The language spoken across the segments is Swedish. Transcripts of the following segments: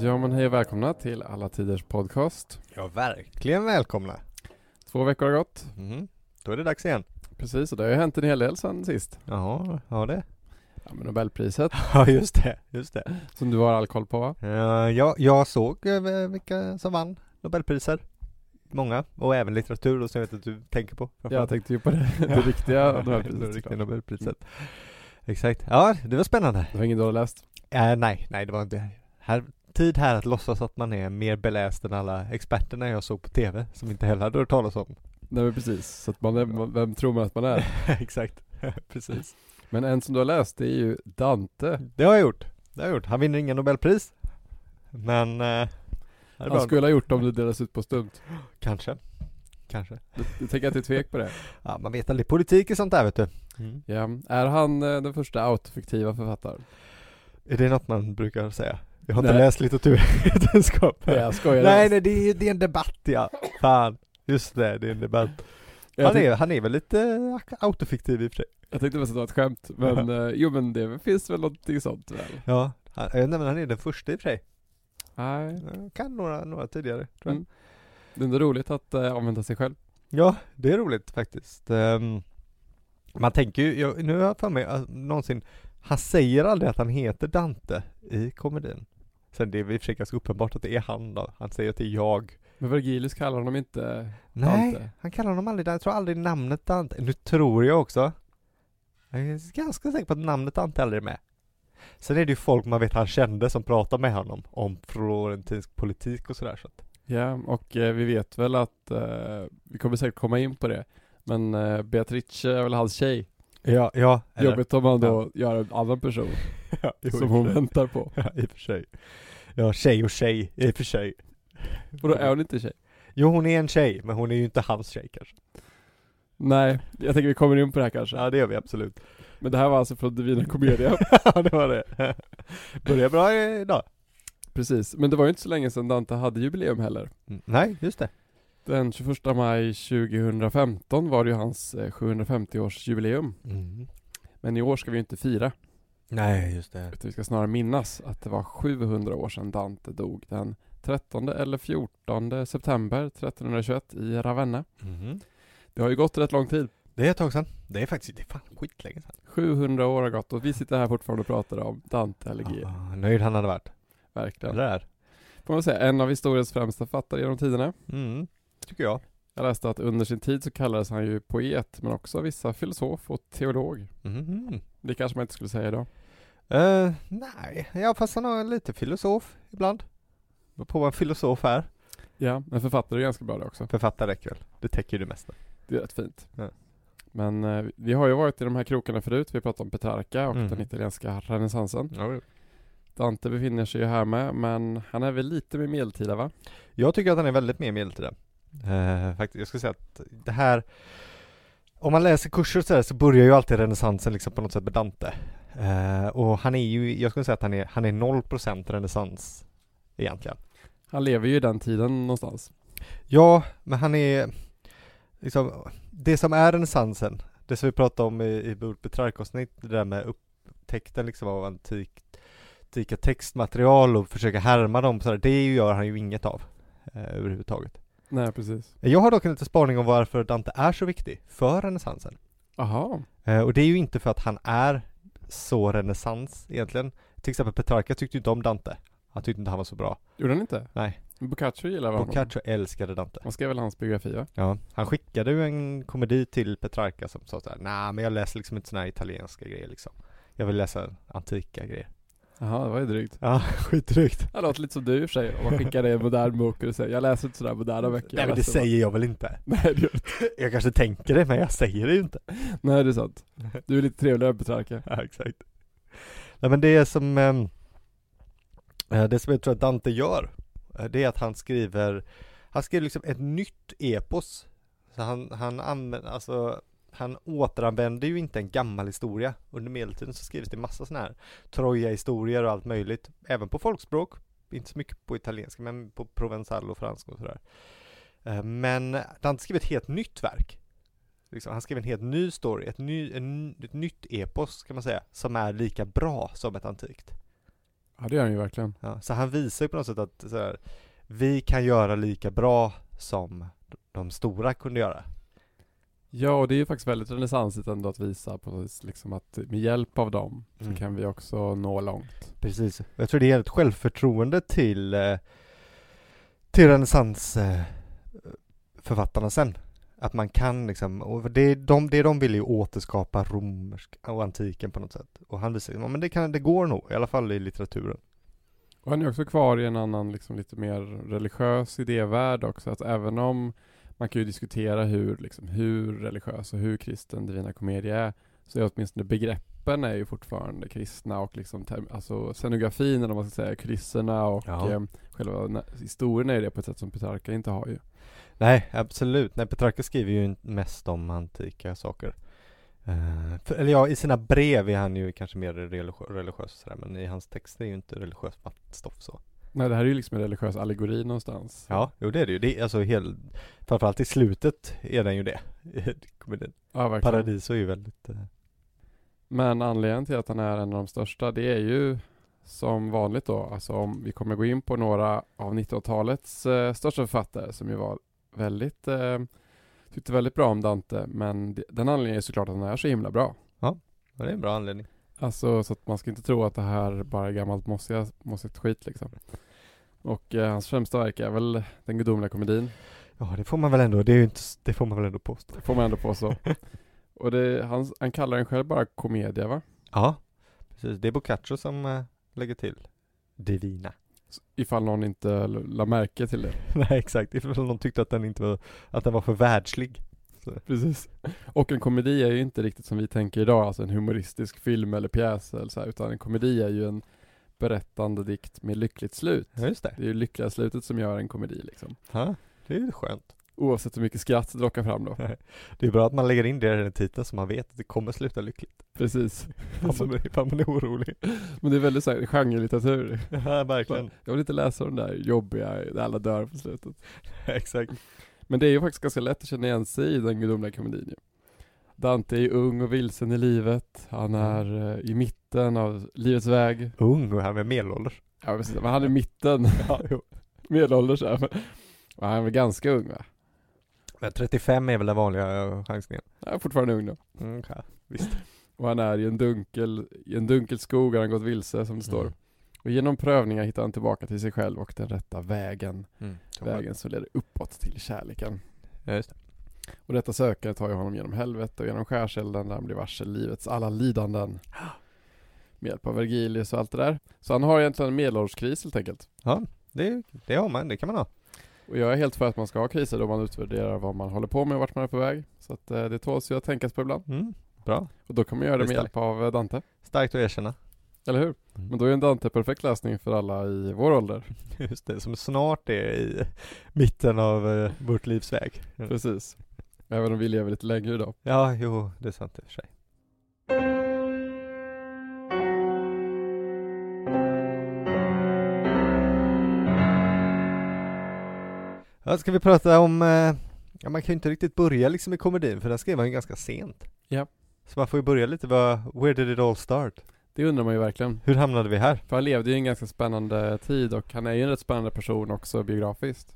Ja men hej och välkomna till Alla Tiders Podcast. Ja, verkligen välkomna. Två veckor har gått. Mm. Då är det dags igen. Precis, och det har ju hänt en hel del sedan sist. Jaha, ja det. Ja men Nobelpriset, Ja, just det. Just det. som du har all koll på va? Eh, ja, jag såg eh, vilka som vann Nobelpriser. Många, och även litteratur då, som jag vet att du tänker på. Jag tänkte ju på det, det riktiga Nobelpriset. Det riktiga såklart. Nobelpriset. Exakt. Ja, det var spännande. Det var ingen du har läst? Eh, nej, nej det var inte här, tid här att låtsas att man är mer beläst än alla experterna jag såg på TV, som inte heller hade hört talas om. Nej men precis, så att man är, man- vem tror man att man är? Exakt, precis. Men en som du har läst, det är ju Dante. Det har jag gjort. Det har jag gjort. Han vinner inga Nobelpris. Men... Eh, det är Han bra. skulle ha gjort det om det delades ut på stumt. Kanske. Kanske. Du, du tänker att det är tvek på det? Ja, man vet aldrig. Politik är sånt där vet du. Ja. Är han eh, den första autofiktiva författaren? Är det något man brukar säga? Jag har inte Nej. läst litteraturvetenskap. Nej jag skojar. nej, nej, det är, det är en debatt ja. Fan. Just det, det är en debatt. Jag, Han tänk, är, han är väl lite ak- autofiktiv i och för sig. jag tänkte mest att det var ett skämt, men eh, jo men det finns väl någonting sånt väl? Ja. Han, jag vet inte, men han är den första i och för sig. Nej. Jag Kan några, några tidigare, tror jag. Mm. Det är ändå roligt att eh, använda sig själv. Ja, det är roligt faktiskt. Ehm, man tänker ju, jag, nu har jag för mig att någonsin, han säger aldrig att han heter Dante i komedin. Sen det är i och för sig ganska uppenbart att det är han då. Han säger att det är jag. Men Vergilius kallar honom inte Nej, Dante. han kallar honom aldrig Dante. Jag tror aldrig namnet Dante. Nu tror jag också. Jag är ganska säker på att namnet Dante aldrig är med. Sen är det ju folk man vet han kände som pratar med honom om florentinsk politik och sådär. Så att, Ja, och eh, vi vet väl att, eh, vi kommer säkert komma in på det, men eh, Beatrice är väl hans tjej. ja, ja. eller- Jobbigt om man då gör en annan person Ja, jo, i och som för hon sig. väntar på. Ja, i och för sig. Ja, tjej och tjej, i och för sig. Och då är hon inte tjej. Jo, hon är en tjej, men hon är ju inte hans tjej kanske. Nej, jag tänker vi kommer in på det här kanske. Ja, det gör vi absolut. Men det här var alltså från Divina Komedia. ja, det var det. Börjar bra idag. Precis, men det var ju inte så länge sedan Dante hade jubileum heller. Nej, just det. Den 21 maj 2015 var det ju hans eh, 750-årsjubileum. Mm. Men i år ska vi ju inte fira. Nej, just det. Utan vi ska snarare minnas att det var 700 år sedan Dante dog den 13 eller 14 september 1321 i Ravenna. Mm. Det har ju gått rätt lång tid. Det är ett tag sedan. Det är faktiskt, det är fan skitlänge sedan. 700 år har gått och vi sitter här fortfarande och pratar om Dante Alighieri. Ah, nöjd han hade varit. Verkligen. Där. Får man säga, en av historiens främsta författare genom tiderna. Mm. Tycker jag. Jag läste att under sin tid så kallades han ju poet, men också vissa filosof och teolog. Mhm. Det kanske man inte skulle säga idag. Eh, nej, ja fast han har lite filosof ibland. Beror På vad en filosof är. Ja, men författare är ganska bra det också. Författare räcker väl. Det täcker ju det mesta. Det är rätt fint. Ja. Men eh, vi har ju varit i de här krokarna förut. Vi pratade om Petrarca och Mm. den italienska renässansen. Ja, Dante befinner sig ju här med, men han är väl lite med medeltida va? Jag tycker att han är väldigt mer medeltida. Eh, faktiskt, jag skulle säga att det här Om man läser kurser och sådär så börjar ju alltid renässansen liksom på något sätt med Dante. Eh, och han är ju, jag skulle säga att han är, han är 0% renässans egentligen. Han lever ju i den tiden någonstans. Ja, men han är liksom, det som är renässansen, det som vi pratade om i, i vårt Petrarca-avsnitt, det där med upptäckten liksom av antik, antika textmaterial och försöka härma dem, så där, det gör han ju inget av eh, överhuvudtaget. Nej precis. Jag har dock en liten spaning om varför Dante är så viktig för renässansen. Aha. Eh, och det är ju inte för att han är så renässans egentligen. Till exempel Petrarca tyckte ju inte om Dante. Han tyckte inte han var så bra. Gjorde han inte? Nej. Men Boccaccio gillar honom. Boccaccio älskade Dante. Man skrev väl hans biografi va? Ja. Han skickade ju en komedi till Petrarca som sa såhär, nej men jag läser liksom inte såna här italienska grejer liksom. Jag vill läsa antika grejer. Jaha, det var ju drygt. Ja, skitdrygt. Det låter lite som du i och för sig, om man skickar dig en modern bok och du säger jag läser inte sådär moderna böcker. jag Nej men det läser bara- säger jag väl inte. Nej det, gör du inte. Jag kanske tänker det men jag säger det ju inte. Nej det är sant. Du är lite trevligare än Petrarca. Ja, exakt. Nej men det som, ehm, eh, det som jag tror att Dante gör, eh, det är att han skriver, han skriver liksom ett nytt epos. Så han, han använder, alltså, han återanvänder ju inte en gammal historia. Under medeltiden så skrivs det massa sådana här Troja-historier och allt möjligt, även på folkspråk. Inte så mycket på italienska, men på provenzal och franska och sådär. Eh, Men Dante skrev ett helt nytt verk. Liksom, han skrev en helt ny story, ett, ny, en, ett nytt epos kan man säga, som är lika bra som ett antikt. Ja, det gör han ju verkligen. Ja, så han visar ju på något sätt att så här, vi kan göra lika bra som de stora kunde göra. Ja, och det är ju faktiskt väldigt renässansigt ändå att visa på liksom att med hjälp av dem Mm. så kan vi också nå långt. Precis. Jag tror det ger ett självförtroende till, eh, till renässansförfattarna sen. Att man kan liksom, och det, de, det de vill är ju återskapa romersk och antiken på något sätt. Och han visar, ja, men det, kan, det går nog, i alla fall i litteraturen. Och han är också kvar i en annan, liksom lite mer religiös idévärld också, att även om man kan ju diskutera hur, liksom, hur religiös och hur kristen Divina Komedia är, så är åtminstone begreppen är ju fortfarande kristna och liksom, term- alltså scenografin eller vad man ska säga, kulisserna och Ja. eh, själva na- historien är ju det på ett sätt som Petrarca inte har ju. Nej, absolut. Nej, Petrarca skriver ju inte mest om antika saker. Eh, för, eller ja, i sina brev är han ju kanske mer religiö- religiös och sådär, men i hans texter är ju inte religiöst stoff så. Nej, det här är ju liksom en religiös allegori någonstans. Ja, jo det är det ju. Det är alltså hel, framförallt i slutet är den ju det. Det kommer det- Ja, verkligen. Paradiso är ju väldigt, eh, Men anledningen till att han är en av de största, det är ju som vanligt då, alltså om vi kommer gå in på några av 1900-talets eh, största författare som ju var väldigt, eh, tyckte väldigt bra om Dante, men det- den anledningen är såklart att han är så himla bra. ja, det är en bra anledning. Alltså så att man ska inte tro att det här bara är gammalt mossiga- mossigt skit liksom. Och eh, hans främsta verk är väl Den gudomliga komedin, Ja, det får man väl ändå, det är ju inte, s- det får man väl ändå påstå. får man ändå påstå. Och det, han, han kallar den själv bara komedia va? Ja, precis. Det är Boccaccio som eh, lägger till Divina. Ifall någon inte l- la märke till det. Nej, exakt. Ifall någon tyckte att den inte var, att den var för världslig. Precis. Och en komedi är ju inte riktigt som vi tänker idag, alltså en humoristisk film eller pjäs eller så här, utan en komedi är ju en berättande dikt med lyckligt slut. Ja, just det. Det är ju lyckliga slutet som gör en komedi liksom. Ja, det är ju skönt. Oavsett hur mycket skratt det lockar fram då. Det är bra att man lägger in det i den titeln så man vet att det kommer sluta lyckligt. Precis. Fan, man, fan, man är orolig. Men det är väldigt så här genrelitteratur. ja, verkligen. Jag vill inte läsa de där jobbiga, där alla dör på slutet. exakt. Men det är ju faktiskt ganska lätt att känna igen sig i den gudomliga komedin ju. Dante är ju ung och vilsen i livet. Han är eh, i mitten av livets väg. Ung och här med medelålders. Ja precis, men han är i mitten, Ja, jo. medelålders är han. Och han är väl ganska ung va? Men 35 är väl den vanliga eh, chansningen? Han är fortfarande ung då. Mm, ja, Och han är i en dunkel, i en dunkel skog har han gått vilse som det står. Mm. Och genom prövningar hittar han tillbaka till sig själv och den rätta vägen. Vägen. Vägen som leder uppåt till kärleken. Ja, just det. Och detta sökare tar ju honom genom helvetet och genom skärselden där han blir varse livets alla lidanden. Med hjälp av Vergilius och allt det där. Så han har egentligen en medelålderskris helt enkelt. Det, det har man, det kan man ha. Och jag är helt för att man ska ha kriser då man utvärderar vad man håller på med och vart man är på väg. Så att eh, det tåls ju att tänkas på ibland. Mm. Bra. Och då kan man göra det Visst med är det. hjälp av eh, Dante. Starkt att erkänna. Eller hur? Mm. Men då är en Dante perfekt lösning för alla i vår ålder. Just det, som snart är i mitten av eh, vårt livs väg. Mm. Precis. Även om vi lever lite längre idag. Ja, jo, det är sant i och för sig. Ja, ska vi prata om, eh, ja man kan ju inte riktigt börja liksom i komedin för den skrev han ju ganska sent. Ja. Så man får ju börja lite vad, where did it all start? Det undrar man ju verkligen. Hur hamnade vi här? För han levde ju i en ganska spännande tid och han är ju en rätt spännande person också biografiskt.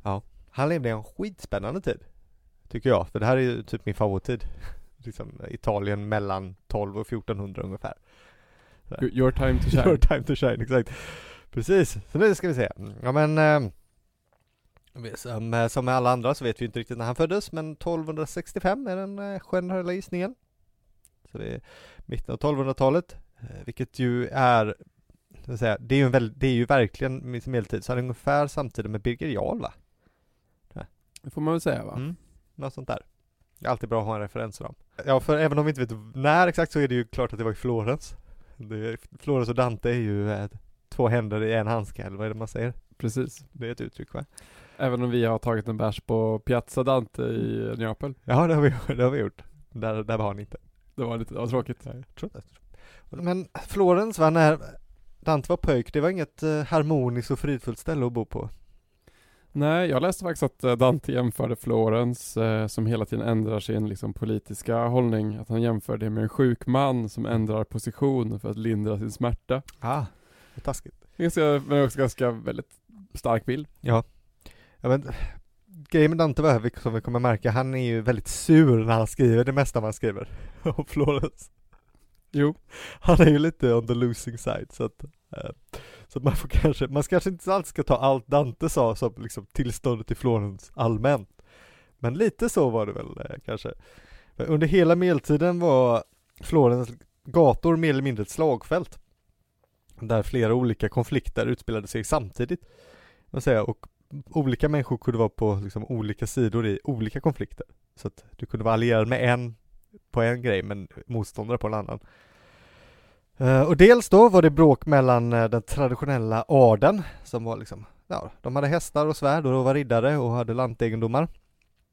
Han levde i en skitspännande tid, tycker jag, för det här är ju typ min favorittid. Liksom Italien mellan 12 och 1400 ungefär. Your- Your time to Your shine. time to shine, exakt. Precis, så nu ska vi se. Ja men, eh, vi- som, eh, som med alla andra så vet vi inte riktigt när han föddes, men 1265 är den eh, generella gissningen. Så det är mitten av 1200-talet, eh, vilket ju är, ska jag säga, det är ju, en väl, det är ju verkligen mis- medeltid, så han är ungefär samtidigt med Birger Jarl va? Det får man väl säga va? Mm. Något sånt där. Det är alltid bra att ha en referensram. Ja, för även om vi inte vet när exakt så är det ju klart att det var i Florens. Det, Florens och Dante är ju eh, två händer i en handske, eller vad är det man säger? Precis. Det är ett uttryck va? Även om vi har tagit en bärs på Piazza Dante i Neapel. Ja, det har vi, det har vi gjort. Där, där var han inte. Det var lite, det var tråkigt. Nej, jag tror inte. Men Florens va, när Dante var pöjk, det var inget eh, harmoniskt och fridfullt ställe att bo på. Nej, jag läste faktiskt att eh, Dante jämförde Florens, eh, som hela tiden ändrar sin liksom, politiska hållning, att han jämför det med en sjuk man som ändrar position för att lindra sin smärta. Ah, vad taskigt. ganska, men också ganska väldigt stark bild. Ja, men, grejen med Dante var, här, som vi kommer märka, han är ju väldigt sur när han skriver det mesta man skriver. Och Florence, Jo. han är ju lite on the losing side så att eh, så att man får kanske, man kanske inte alls ska ta allt Dante sa som liksom tillståndet i Florens allmänt. Men lite så var det väl eh, kanske. Men under hela medeltiden var Florens gator mer eller mindre ett slagfält. Där flera olika konflikter utspelade sig samtidigt. Man säga, och olika människor kunde vara på liksom olika sidor i olika konflikter. Så att du kunde vara allierad med en på en grej men motståndare på en annan. Eh, Och dels då var det bråk mellan eh, den traditionella adeln som var liksom, ja, de hade hästar och svärd och de var riddare och hade lantegendomar.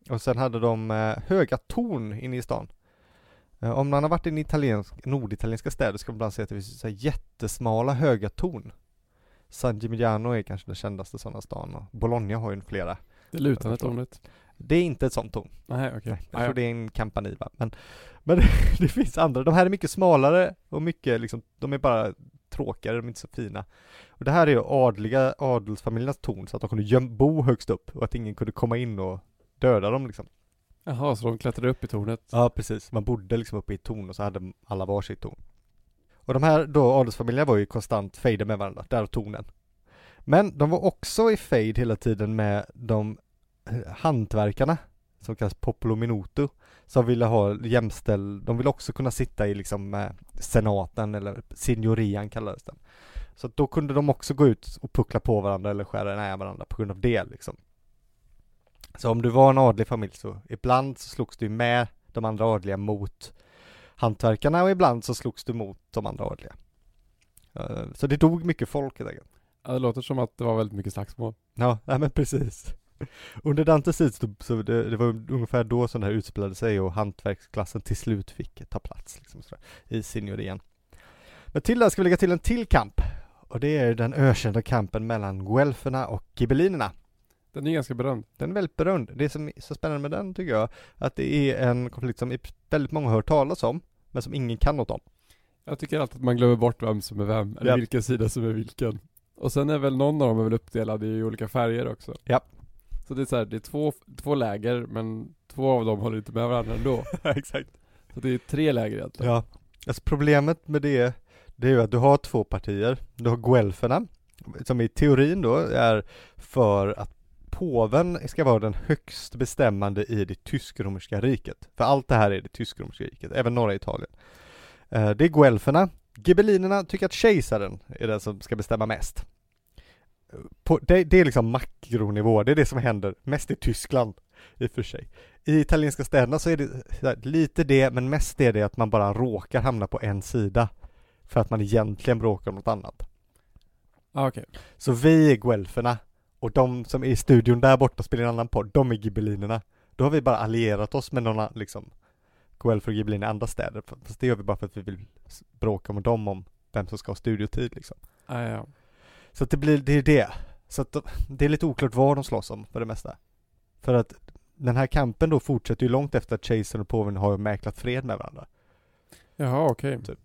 Och sen hade de eh, höga torn inne i stan. Eh, Om man har varit inne i italiensk, norditalienska städer ska man ibland se att det finns så här jättesmala höga torn. San Gimignano är kanske den kändaste sådana stan och Bologna har ju flera. Det lutande Jag förstår. tornet. Det är inte ett sånt torn. Nej, okej. Nej, jag Ah, ja. tror det är en campaniva. Men, men det finns andra. De här är mycket smalare och mycket liksom, de är bara tråkigare, de är inte så fina. Och det här är ju adliga, adelsfamiljernas torn, så att de kunde göm- bo högst upp och att ingen kunde komma in och döda dem liksom. Jaha, så de klättrade upp i tornet. Ja, precis. Man bodde liksom uppe i ett torn och så hade alla varsitt torn. Och de här då adelsfamiljerna var ju konstant fejde med varandra, där och tornen. Men de var också i fejd hela tiden med de eh, hantverkarna som kallas Popolominoto som ville ha jämställd, de ville också kunna sitta i liksom eh, senaten eller signorian kallades den. Så att då kunde de också gå ut och puckla på varandra eller skära nära varandra på grund av det liksom. Så om du var en adlig familj så ibland så slogs du med de andra adliga mot hantverkarna och ibland så slogs du mot de andra adliga. Eh, Så det dog mycket folk helt enkelt. Ja, det låter som att det var väldigt mycket slagsmål. Ja, nej men precis. Under Dantes tid så, så det, det var ungefär då som det här utspelade sig och hantverksklassen till slut fick ta plats liksom sådär, i signorien. Men till det här ska vi lägga till en till kamp och det är den ökända kampen mellan guelferna och gibellinerna. Den är ganska berömd. Den är väldigt berömd. Det som är så spännande med den tycker jag, att det är en konflikt som i- väldigt många har hört talas om, men som ingen kan något om. Jag tycker alltid att man glömmer bort vem som är vem, eller Ja. vilken sida som är vilken. Och sen är väl någon av dem är väl uppdelad i olika färger också. Ja. Så det är så här, det är två, två läger, men två av dem håller inte med varandra ändå. Exakt. Så det är tre läger egentligen. Ja, alltså problemet med det, det är ju att du har två partier. Du har guelferna, som i teorin då är för att påven ska vara den högst bestämmande i det tysk-romerska riket. För allt det här är det tysk-romerska riket, även norra Italien. Eh, Det är guelferna. Gibellinerna tycker att kejsaren är den som ska bestämma mest. På, det, det är liksom makronivå, det är det som händer mest i Tyskland i och för sig. I italienska städerna så är det så här, lite det, men mest är det att man bara råkar hamna på en sida. För att man egentligen bråkar om något annat. Ah, okej. Så vi är guelferna och de som är i studion där borta och spelar i en annan podd, de är gibellinerna. Då har vi bara allierat oss med några, liksom, guelfer och gibelliner i andra städer. Fast det gör vi bara för att vi vill s- bråka med dem om vem som ska ha studiotid liksom. Ah, ja. Så att det blir, det är det. Så att de, det är lite oklart vad de slåss om för det mesta. För att den här kampen då fortsätter ju långt efter att kejsaren och påven har mäklat fred med varandra. Jaha, okej. Typ. Ah,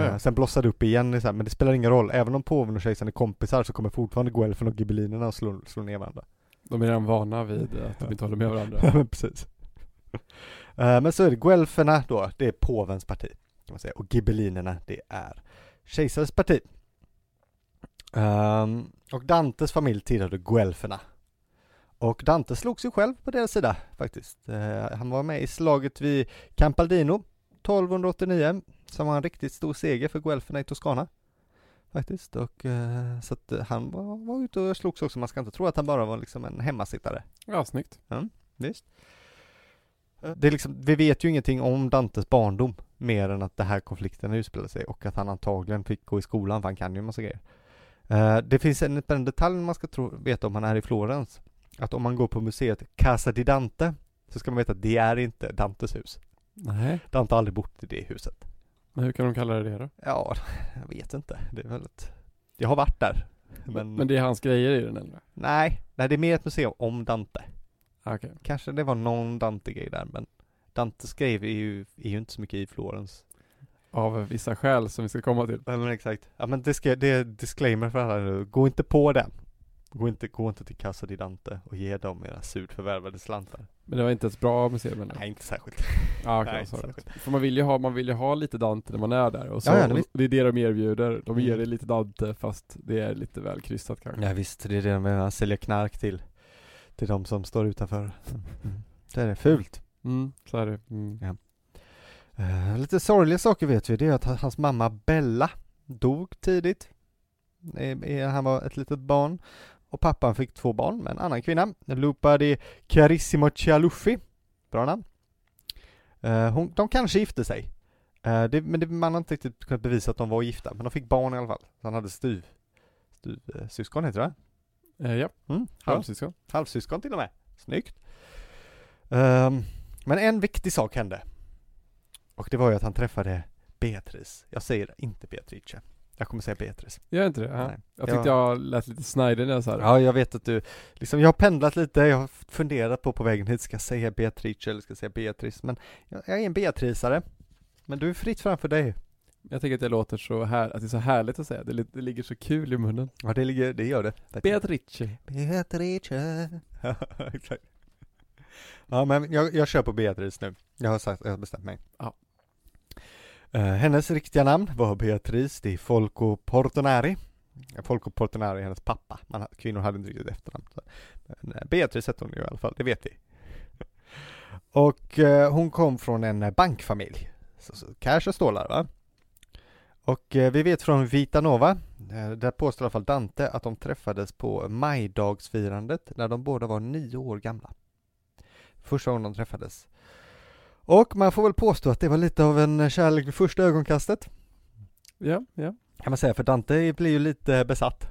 Eh, ja. Sen blossar det upp igen, i så här, men det spelar ingen roll. Även om påven och kejsaren är kompisar så kommer fortfarande guelfen och gibellinerna att slå, slå ner varandra. De är redan vana vid att de inte håller med varandra. Ja, men precis. Eh, Men så är det guelferna då, det är påvens parti. Kan man säga. Och gibellinerna, det är kejsarens parti. Ehm, och Dantes familj tillhörde guelferna. Och Dante slog sig själv på deras sida faktiskt. Eh, han var med i slaget vid Campaldino 1289, som var en riktigt stor seger för guelferna i Toscana. Faktiskt, och eh, så att eh, han var, var ute och slogs också. Man ska inte tro att han bara var liksom en hemmasittare. Ja, snyggt. Visst. Det är liksom, vi vet ju ingenting om Dantes barndom mer än att det här konflikten utspelade sig och att han antagligen fick gå i skolan för han kan ju en massa grejer. Eh, Det finns en, en detalj man ska tro, veta om man är i Florens. Att om man går på museet Casa di Dante så ska man veta att det är inte Dantes hus. Nej, Dante har aldrig bott i det huset. men hur kan de kalla det det då? Ja, jag vet inte. Det är väl ett... Jag har varit där. Men, Men, det är hans grejer i den eller? nej, nej, det är mer ett museum om Dante. Ah, okej. Kanske det var någon Dante-grej där, men Dante skrev är ju, är ju inte så mycket i Florens. av vissa skäl som vi ska komma till. Nej men exakt. Ja men det, ska, det är disclaimer för alla nu. Gå inte på den. Gå inte, gå inte till Casa di Dante och ge dem era surt förvärvade slantar. Men det var inte ett bra museum eller? Nej inte särskilt. Ja, okej, nej, så. särskilt. För man vill, ju ha, man vill ju ha lite Dante när man är där. Och så, Ja, ja, det och visst. det är det de erbjuder. De ger Mm. dig lite Dante fast det är lite väl krystat kanske. Ja, visst, det är det de menar. Sälja knark till, till de som står utanför. Det är fult. Mm, så är det. Mm. Eh, lite sorgliga saker vet vi, det är att ha- hans mamma Bella dog tidigt. Eh, eh, han var ett litet barn. Och pappan fick två barn med en annan kvinna. Lupa di Carissimo Cialuffi. Bra namn. Eh, hon, de kanske gifte sig. Eh, det, men det, man har inte riktigt kunnat bevisa att de var gifta. Men de fick barn i alla fall. Så han hade styv, styv eh, syskon heter det Eh, ja, va? mm, ja. halvsyskon. Halvsyskon till och med. Snyggt. Ehm, men en viktig sak hände. Och det var ju att han träffade Beatrice. Jag säger inte Beatrice. Jag kommer säga Beatrice. Gör inte det? Ja. Nej. Jag tyckte jag lät lite snajdig när jag sa det. Ja, jag vet att du, liksom jag har pendlat lite, jag har funderat på på vägen hit, ska jag säga Beatrice eller ska jag säga Beatrice? Men jag, jag är en Beatriceare. Men du är fritt framför dig. Jag tänker att det låter så här, att det är så härligt att säga. Det, li- det ligger så kul i munnen. Ja, det, ligger, det gör det. Beatrice. Beatrice. Exakt. Ja, men jag, jag kör på Beatrice nu. Jag har, sagt, jag har bestämt mig. Ja. Eh, hennes riktiga namn var Beatrice di Folco Portonari. Ja, Folco Portonari är hennes pappa. Man, ha- kvinnor hade inte riktigt efternamn. Så. Men, eh, Beatrice hette hon ju i alla fall, det vet vi. Och eh, hon kom från en eh, bankfamilj. Så, så, cash och stålar va? Och eh, vi vet från Vitanova, eh, där påstår i alla fall Dante att de träffades på majdagsfirandet när de båda var nio år gamla. Första gången de träffades. Och man får väl påstå att det var lite av en kärlek vid första ögonkastet. Ja, ja. Kan man säga, för Dante blir ju lite besatt.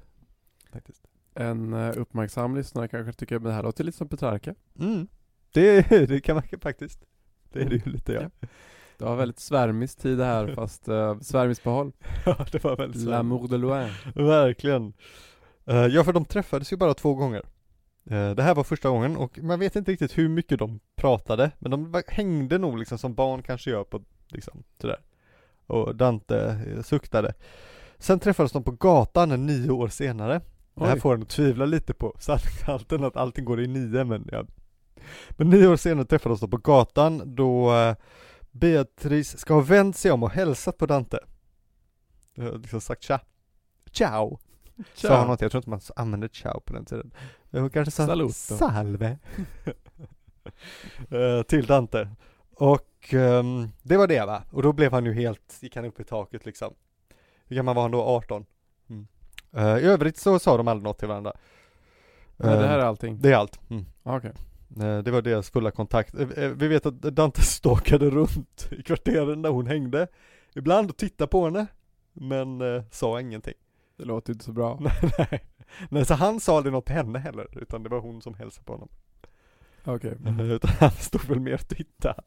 Faktiskt. En eh, uppmärksam lyssnare kanske tycker att det här låter lite som Petrarca. Mm. Det, det kan man faktiskt. Det är det ju lite ja. Det var väldigt svärmiskt tid det här, fast uh, svärmiskt på håll. Ja, det var väldigt svårt. L'amour de loin. Verkligen. Eh, Ja, för de träffades ju bara två gånger. Eh, Det här var första gången och man vet inte riktigt hur mycket de pratade, men de var- hängde nog liksom som barn kanske gör på, liksom, sådär. Och Dante eh, suktade. Sen träffades de på gatan nio år senare. Det här Oj. får en att tvivla lite på sanningshalten, att allting går i nio, men ja. Men nio år senare träffades de på gatan då eh, Beatrice ska ha vänt sig om och hälsat på Dante. Eh, Liksom sagt tja. Ciao! Sa hon något, jag tror inte man använde ciao på den tiden. Hon kanske sa Saluto. salve. Eh, till Dante. Och ehm, det var det va? Och då blev han ju helt, gick han upp i taket liksom. Hur gammal var han då? 18? Mm. Eh, I övrigt så sa de aldrig något till varandra. Nej, det här är Eh, allting. det är allt. Mm. Ah, Okej. Eh, Det var deras fulla kontakt. Eh, eh, Vi vet att Dante stalkade runt i kvarteren där hon hängde. Ibland och tittade på henne, men eh, sa ingenting. Det låter ju inte så bra. Nej, nej. nej, så han sa aldrig något till henne heller, utan det var hon som hälsade på honom. Okej. Utan han stod väl mer och tittade.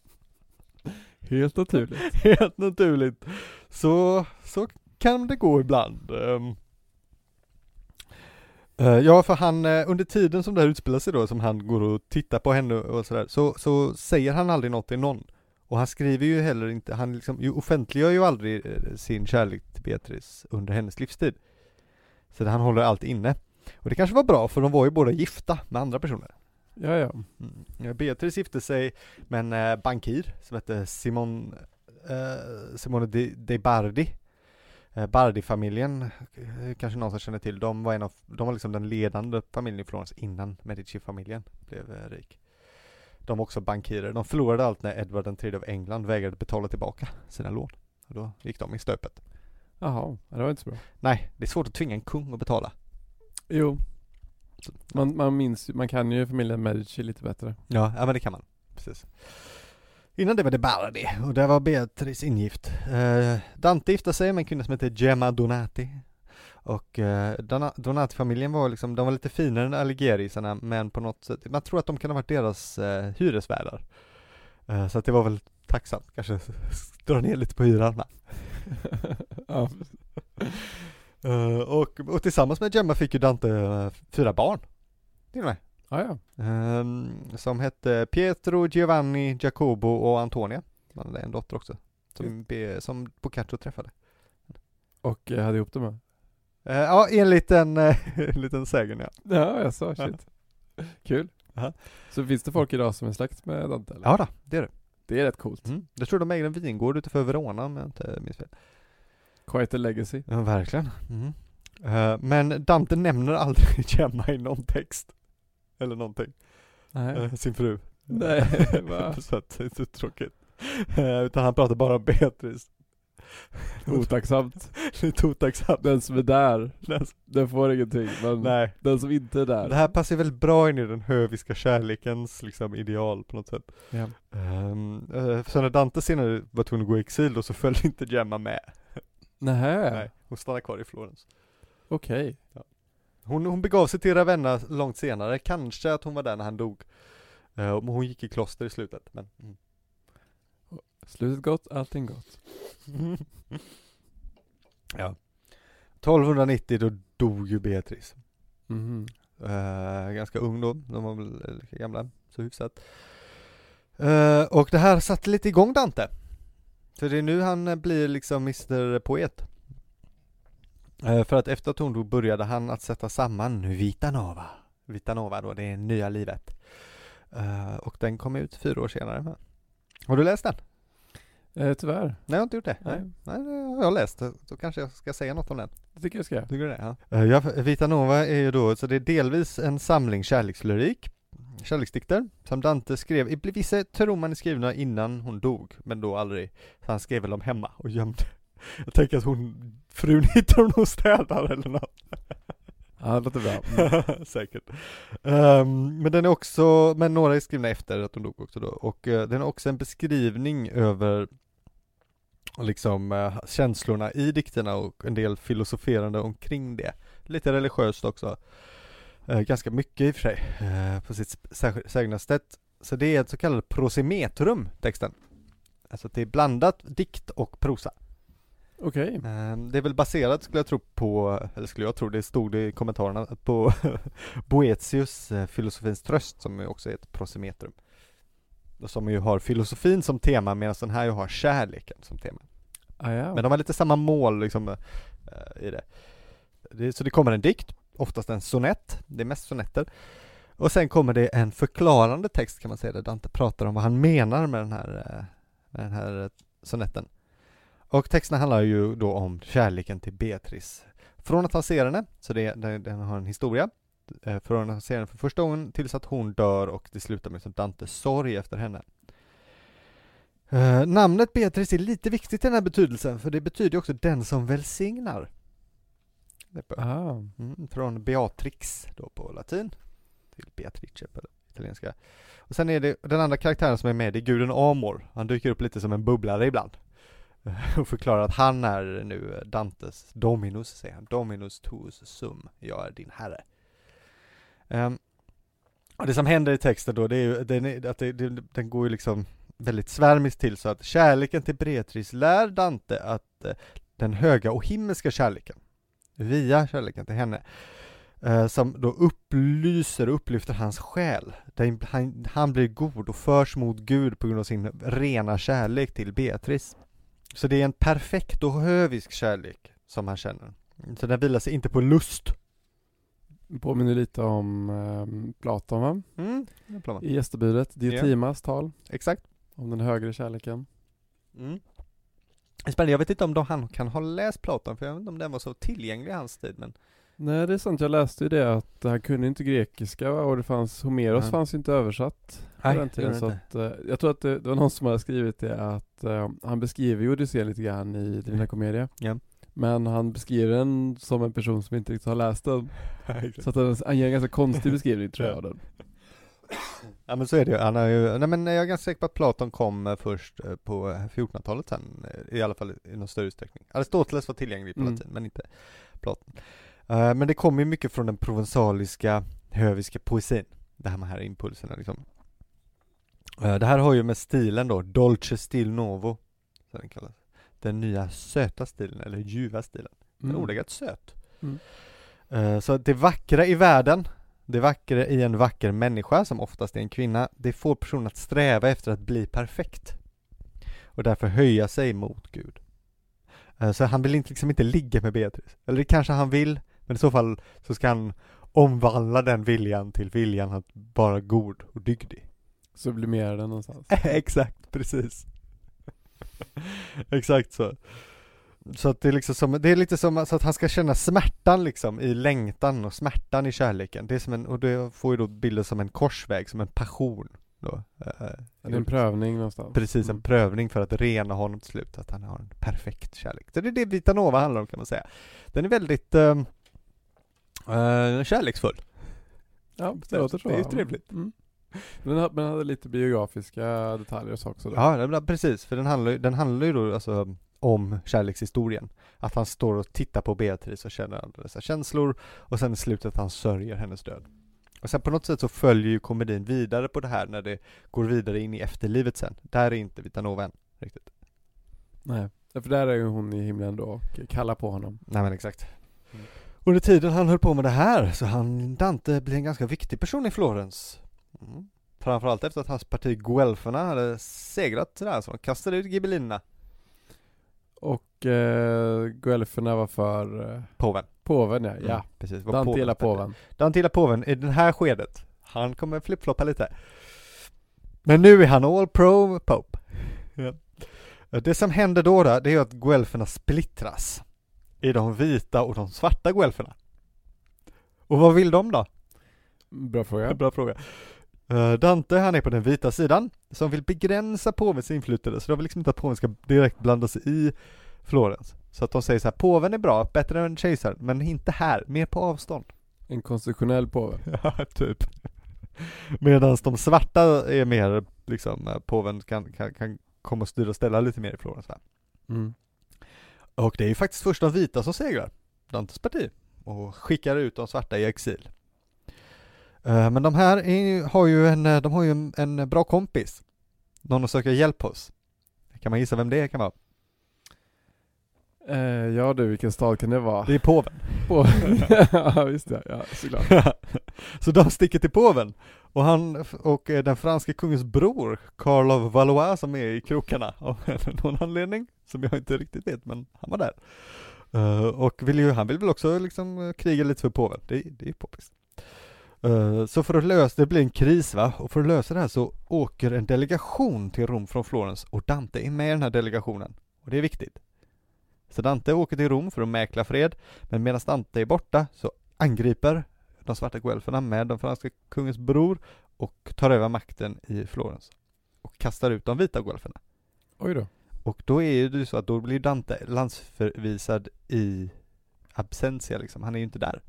Helt naturligt. Helt naturligt. Så, så kan det gå ibland. Ehm. Eh, Ja, för han, eh, under tiden som det här utspelar sig då, som han går och tittar på henne och sådär, så, så säger han aldrig något till någon. Och han skriver ju heller inte, han liksom, ju- offentliggör ju aldrig eh, sin kärlek till Beatrice under hennes livstid. Så det, han håller allt inne. Och det kanske var bra, för de var ju båda gifta med andra personer. Ja, ja. Mm. Ja, Beatrice gifte sig med en eh, bankir som hette Simon, eh, Simone de, de Bardi. Eh, Bardi-familjen, eh, kanske någon som känner till, de var, en av, de var liksom den ledande familjen i Florens innan Medici-familjen blev eh, rik. De var också bankirer, de förlorade allt när Edward III av England vägrade betala tillbaka sina lån. Och då gick de i stöpet. Jaha, Ja, det var inte så bra. Nej, det är svårt att tvinga en kung att betala. Jo. Man, man minns ju- man kan ju familjen Medici lite bättre. Ja, ja men det kan man. Precis. Innan det var det Bardi och där var Beatrice ingift. Eh, Dante gifte sig med en kvinna som heter Gemma Donati. Och eh, Dona- Donati-familjen var liksom, de var lite finare än Alighieri-isarna men på något sätt, man tror att de kan ha varit deras eh, hyresvärdar. Eh, så att det var väl tacksamt, kanske dra ner lite på hyran. va? ja. Eh, och, och tillsammans med Gemma fick ju Dante eh, fyra barn. Till och med. Ah, ja. Ehm, som hette Pietro, Giovanni, Jacobo och Antonia. Han hade en dotter också. som, be, som Boccaccio träffade. Och eh, hade ihop det med. Eh, ja, enligt en, eh, en liten sägen ja. Ja, jag sa shit. Kul. Ja. Så finns det folk idag som är släkt med Dante? Eller? Ja, då, det är det. Det är rätt coolt. Mm. Jag tror de äger en vingård utanför Verona om jag inte minns fel. Quite a legacy. Ja, verkligen. Mm. Eh, men Dante nämner aldrig Gemma i någon text. Eller någonting. Nej. Eh, sin fru. Nej, va? Så att det är så tråkigt. Eh, utan han pratar bara om Beatrice. Otacksamt. Lite otacksamt. Den som är där, Mm. den får ingenting. Men Nej. den som inte är där. Det här passar väl bra in i den höviska kärlekens liksom ideal på något sätt. Ja. Um, så när Dante senare var tvungen att gå i exil då så följde inte Gemma med. Nähä, Nej, hon stannade kvar i Florens. okej. Hon, hon begav sig till Ravenna långt senare, kanske att hon var där när han dog. Eh, men hon gick i kloster i slutet, men mm. Slutet gott, allting gott. Ja. 1290 då dog ju Beatrice. Mhm. Eh, ganska ung då, de var väl lika gamla, så hyfsat. Eh, och det här satte lite igång Dante. För det är nu han eh, blir liksom Mr Poet. Eh, för att efter att hon dog började han att sätta samman Vita Nova. Vita Nova då, det är nya livet. Eh, och den kom ut fyra år senare. Har du läst den? Eh, tyvärr. Nej, jag har inte gjort det. Nej. Nej, det har jag läst. Då kanske jag ska säga något om den. Det tycker jag ska göra. Tycker du det? Ja. ja för Eh, Vita Nova är ju då, så det är delvis en samling kärlekslyrik, kärleksdikter, som Dante skrev. I vissa tror man är skrivna innan hon dog, men då aldrig. Så han skrev väl dem hemma och gömde. Jag tänker att hon, frun hittar hon och städar eller något. Ja, det låter bra. Mm. Säkert. Ehm, men den är också, men några är skrivna efter att hon dog också då, och eh, den är också en beskrivning över liksom eh, känslorna i dikterna och en del filosoferande omkring det. Lite religiöst också. Eh, ganska mycket i och för sig, eh, på sitt sp- särsk- sägna sätt. Så det är ett så kallat prosimetrum, texten. Alltså det är blandat dikt och prosa. Okej. Ehm, Det är väl baserat skulle jag tro på, eller skulle jag tro, det stod det i kommentarerna, på Boetius eh, Filosofins tröst som ju också är ett prosimetrum. Och Som ju har filosofin som tema medan den här ju har kärleken som tema. Ah, ja. Men de har lite samma mål liksom eh, i det. det. Så det kommer en dikt, oftast en sonett, det är mest sonetter. Och sen kommer det en förklarande text kan man säga, där Dante pratar om vad han menar med den här, eh, med den här eh, sonetten. Och texten handlar ju då om kärleken till Beatrice. Från att han ser henne, så det, den, den har en historia, eh, från att han ser henne för första gången tills att hon dör och det slutar med som Dantes sorg efter henne. Eh, namnet Beatrice är lite viktigt i den här betydelsen, för det betyder ju också den som välsignar. Det är på- ah. Mm, från Beatrix då på latin till Beatrice på italienska. Och sen är det den andra karaktären som är med, det är guden Amor. Han dyker upp lite som en bubblare ibland. Eh, Och förklarar att han är nu eh, Dantes Dominus, säger han. Dominus tuus sum, jag är din herre. Ehm, och det som händer i texten då, det är ju den, är- att det, det, den går ju liksom väldigt svärmiskt till så att kärleken till Beatrice lär Dante att eh, den höga och himmelska kärleken, via kärleken till henne, eh, som då upplyser och upplyfter hans själ. Den, han, han blir god och förs mot Gud på grund av sin rena kärlek till Beatrice. Så det är en perfekt och hövisk kärlek som han känner. Så den vilar sig inte på lust. Påminner lite om ehm, Platon va? Mm, det är bra. I gästebudet. Diotimas tal Exakt. om den högre kärleken. Mm. Spännande, jag vet inte om de, han kan ha läst Platon, för jag vet inte om den var så tillgänglig i hans tid, men Nej, det är sant. Jag läste ju det att han kunde inte grekiska va? och det fanns, Homeros Nej. fanns ju inte översatt. på den tiden, så att, eh, jag tror att det, det var någon som hade skrivit det att eh, han beskriver ju Odysséen lite grann i Divina Komedia. Ja. Men han beskriver den som en person som inte riktigt har läst den. Så att han- han ger en ganska konstig beskrivning tror jag av den. Ja men så är det ju, han har ju, nej men jag är ganska säker på att Platon kom eh, först eh, på 1400-talet sen, eh, i alla fall i någon större utsträckning. Aristoteles var tillgänglig på Mm. latin, men inte Platon. Eh, men det kommer ju mycket från den provensaliska, höviska poesin, det här med här impulserna liksom. Eh, det här har ju med stilen då, Dolce stil novo, som den kallas. Den nya söta stilen, eller ljuva stilen. Den är ordagrant söt. Mm. Eh, Så att det vackra i världen, det vackra i en vacker människa som oftast är en kvinna, det får personen att sträva efter att bli perfekt. och därför höja sig mot Gud. Eh, Så han vill inte- liksom inte ligga med Beatrice. Eller det kanske han vill, men i så fall så ska han omvandla den viljan till viljan att vara god och dygdig. Sublimera den någonstans. Äh, Exakt, precis. Exakt så. Så att det är liksom som, det är lite som så att han ska känna smärtan liksom i längtan och smärtan i kärleken. Det är som en, och det får ju då bildas som en korsväg, som en passion då. Eh, Det är en prövning någonstans. Precis, en Mm. prövning för att rena honom till slut, att han har en perfekt kärlek. Så det är det Vita Nova handlar om kan man säga. Den är väldigt eh, eh, kärleksfull. Ja, det låter så. Det är ju ja. trevligt. Mm. Men den ha- men den hade lite biografiska detaljer och så också då. Ja, men precis, för den handlar, ju- den handlar ju då alltså om kärlekshistorien. Att han står och tittar på Beatrice och känner alla dessa känslor och sen i slutet han sörjer hennes död. Och sen på något sätt så följer ju komedin vidare på det här när det går vidare in i efterlivet sen. Där är inte Vitanova än riktigt. Nej. Ja, För där är ju hon i himlen då och kallar på honom. Nej men exakt. Mm. Under tiden han höll på med det här så han Dante blir en ganska viktig person i Florens. Mm. Framförallt efter att hans parti Guelferna hade segrat det här så de kastade ut Gibellinerna, Och eh, Guelferna var för eh, påven. påven ja. Mm. ja. precis. Vad Dante gillar ställde. påven. Dante gillar påven i det här skedet. Han kommer flipfloppa lite. Men nu är han all pro Pope. Det som händer då, då det är att guelferna splittras i de vita och de svarta guelferna. Och vad vill de då? Bra fråga. Bra fråga. Eh, Dante han är på den vita sidan som vill begränsa påvens inflytande så de vill liksom inte att påven ska direkt blanda sig i Florens. Så att de säger så här, påven är bra, bättre än kejsaren, men inte här, mer på avstånd. En konstitutionell påve. Ja, typ. Medan de svarta är mer, liksom, eh, påven kan, kan, kan komma och styra och ställa lite mer i Florens här. Mm. Och det är ju faktiskt först de vita som segrar, Dantes parti, och skickar ut de svarta i exil. Eh, Men de här är, ju- har ju, en, eh, de har ju en, en bra kompis, någon att söka hjälp hos. Kan man gissa vem det kan vara? Eh, ja du, vilken stad kan det vara? Det är påven. Påven. ja, visst ja. ja, såklart. så de sticker till påven. Och han och eh, den franske kungens bror, Karl av Valois, som är i krokarna av någon anledning, som jag inte riktigt vet, men han var där. Eh, och vill ju, han vill väl också liksom eh, kriga lite för påven, det, det är ju poppis. Eh, Så för att lösa, det blir en kris va, och för att lösa det här så åker en delegation till Rom från Florens och Dante är med i den här delegationen. Och det är viktigt. Så Dante åker till Rom för att mäkla fred, men medan Dante är borta så angriper de svarta guelferna med den franska kungens bror och tar över makten i Florens och kastar ut de vita guelferna. Oj då. Och då är ju det ju så att då blir Dante landsförvisad i absentia liksom, han är ju inte där.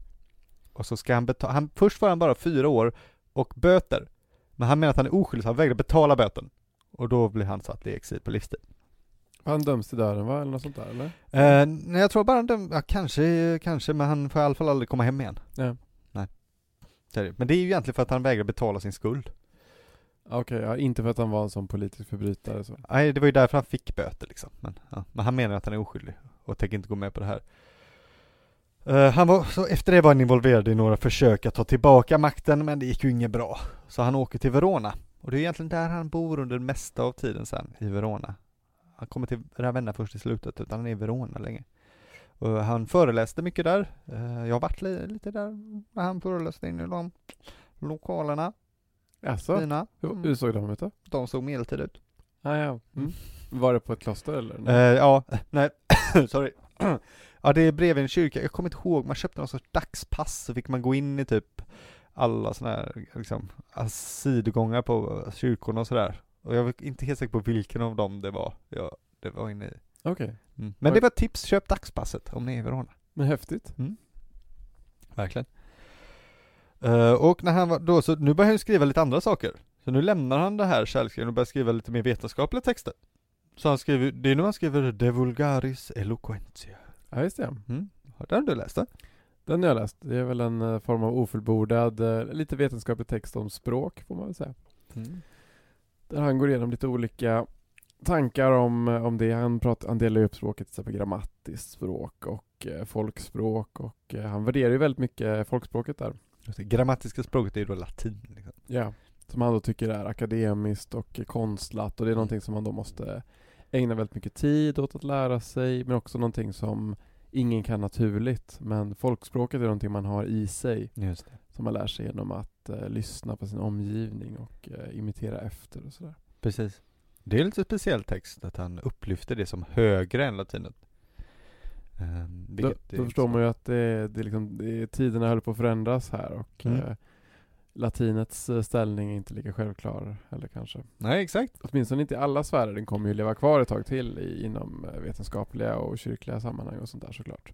Och så ska han betala, han, först får han bara fyra år och böter. Men han menar att han är oskyldig så han vägrar betala böten. Och då blir han satt i exil på livstid. Han döms till döden va, eller något sånt där eller? Eh, nej, jag tror bara han döm- ja, kanske, kanske, men han får i alla fall aldrig komma hem igen. Nej. Nej. Så är det. Men det är ju egentligen för att han vägrar betala sin skuld. Ja, Okej, ja, inte för att han var en sån politisk förbrytare så. Nej, det var ju därför han fick böter liksom. Men, ja. men han menar att han är oskyldig och tänker inte gå med på det här. Eh, han var, så efter det var han involverad i några försök att ta tillbaka makten, men det gick ju inget bra. Så han åker till Verona. Och det är egentligen där han bor under mesta av tiden sen, i Verona. Han kommer till Ravenna först i slutet, utan han är i Verona länge. Och han föreläste mycket där. Eh, jag har varit li- lite där när han föreläste in i de lokalerna, Jaså? fina. Mm. Hur, hur såg de ut då? De såg medeltida ut. Ah, ja. mm. Mm. Var det på ett kloster eller? Eh, ja, nej, sorry. ja, det är bredvid en kyrka. Jag kommer inte ihåg, man köpte någon sorts dagspass så fick man gå in i typ alla sådana här liksom, alltså, sidogångar på kyrkorna och sådär. Och jag var inte helt säker på vilken av dem det var jag det var inne i. Okej, Mm. Men Oj. det var ett tips, köp dagspasset om ni är i Verona. men häftigt. Verkligen. Eh, och när han var då, så nu börjar han ju skriva lite andra saker. Så nu lämnar han det här kärleksgrejen och börjar skriva lite mer vetenskapliga texter. Så han skriver, det är nu han skriver De vulgaris eloquentia. Ja just det. Har den du läst det? Den har jag läst. Det är väl en eh, form av ofullbordad, eh, lite vetenskaplig text om språk får man väl säga. Mm. Där han går igenom lite olika tankar om, eh, om det. Han, pratar, han delar ju upp språket till exempel grammatiskt språk och eh, folkspråk och eh, han värderar ju väldigt mycket folkspråket där. Just det. Grammatiska språket är ju då latin. Liksom. Ja, som han då tycker är akademiskt och konstlat och det är någonting som man då måste ägnar väldigt mycket tid åt att lära sig, men också någonting som ingen kan naturligt. Men folkspråket är någonting man har i sig, Just det. som man lär sig genom att eh, lyssna på sin omgivning och eh, imitera efter och sådär. Precis. Det är lite speciell text att han upplyfter det som högre än latinet. Ehm, Då, vilket är då förstår man ju att det, det, är liksom, det, är- tiderna höll på att förändras här och Mm. eh, latinets eh, ställning är inte lika självklar heller kanske. Nej, exakt. Åtminstone inte i alla sfärer, den kommer ju leva kvar ett tag till i, inom eh, vetenskapliga och kyrkliga sammanhang och sånt där såklart.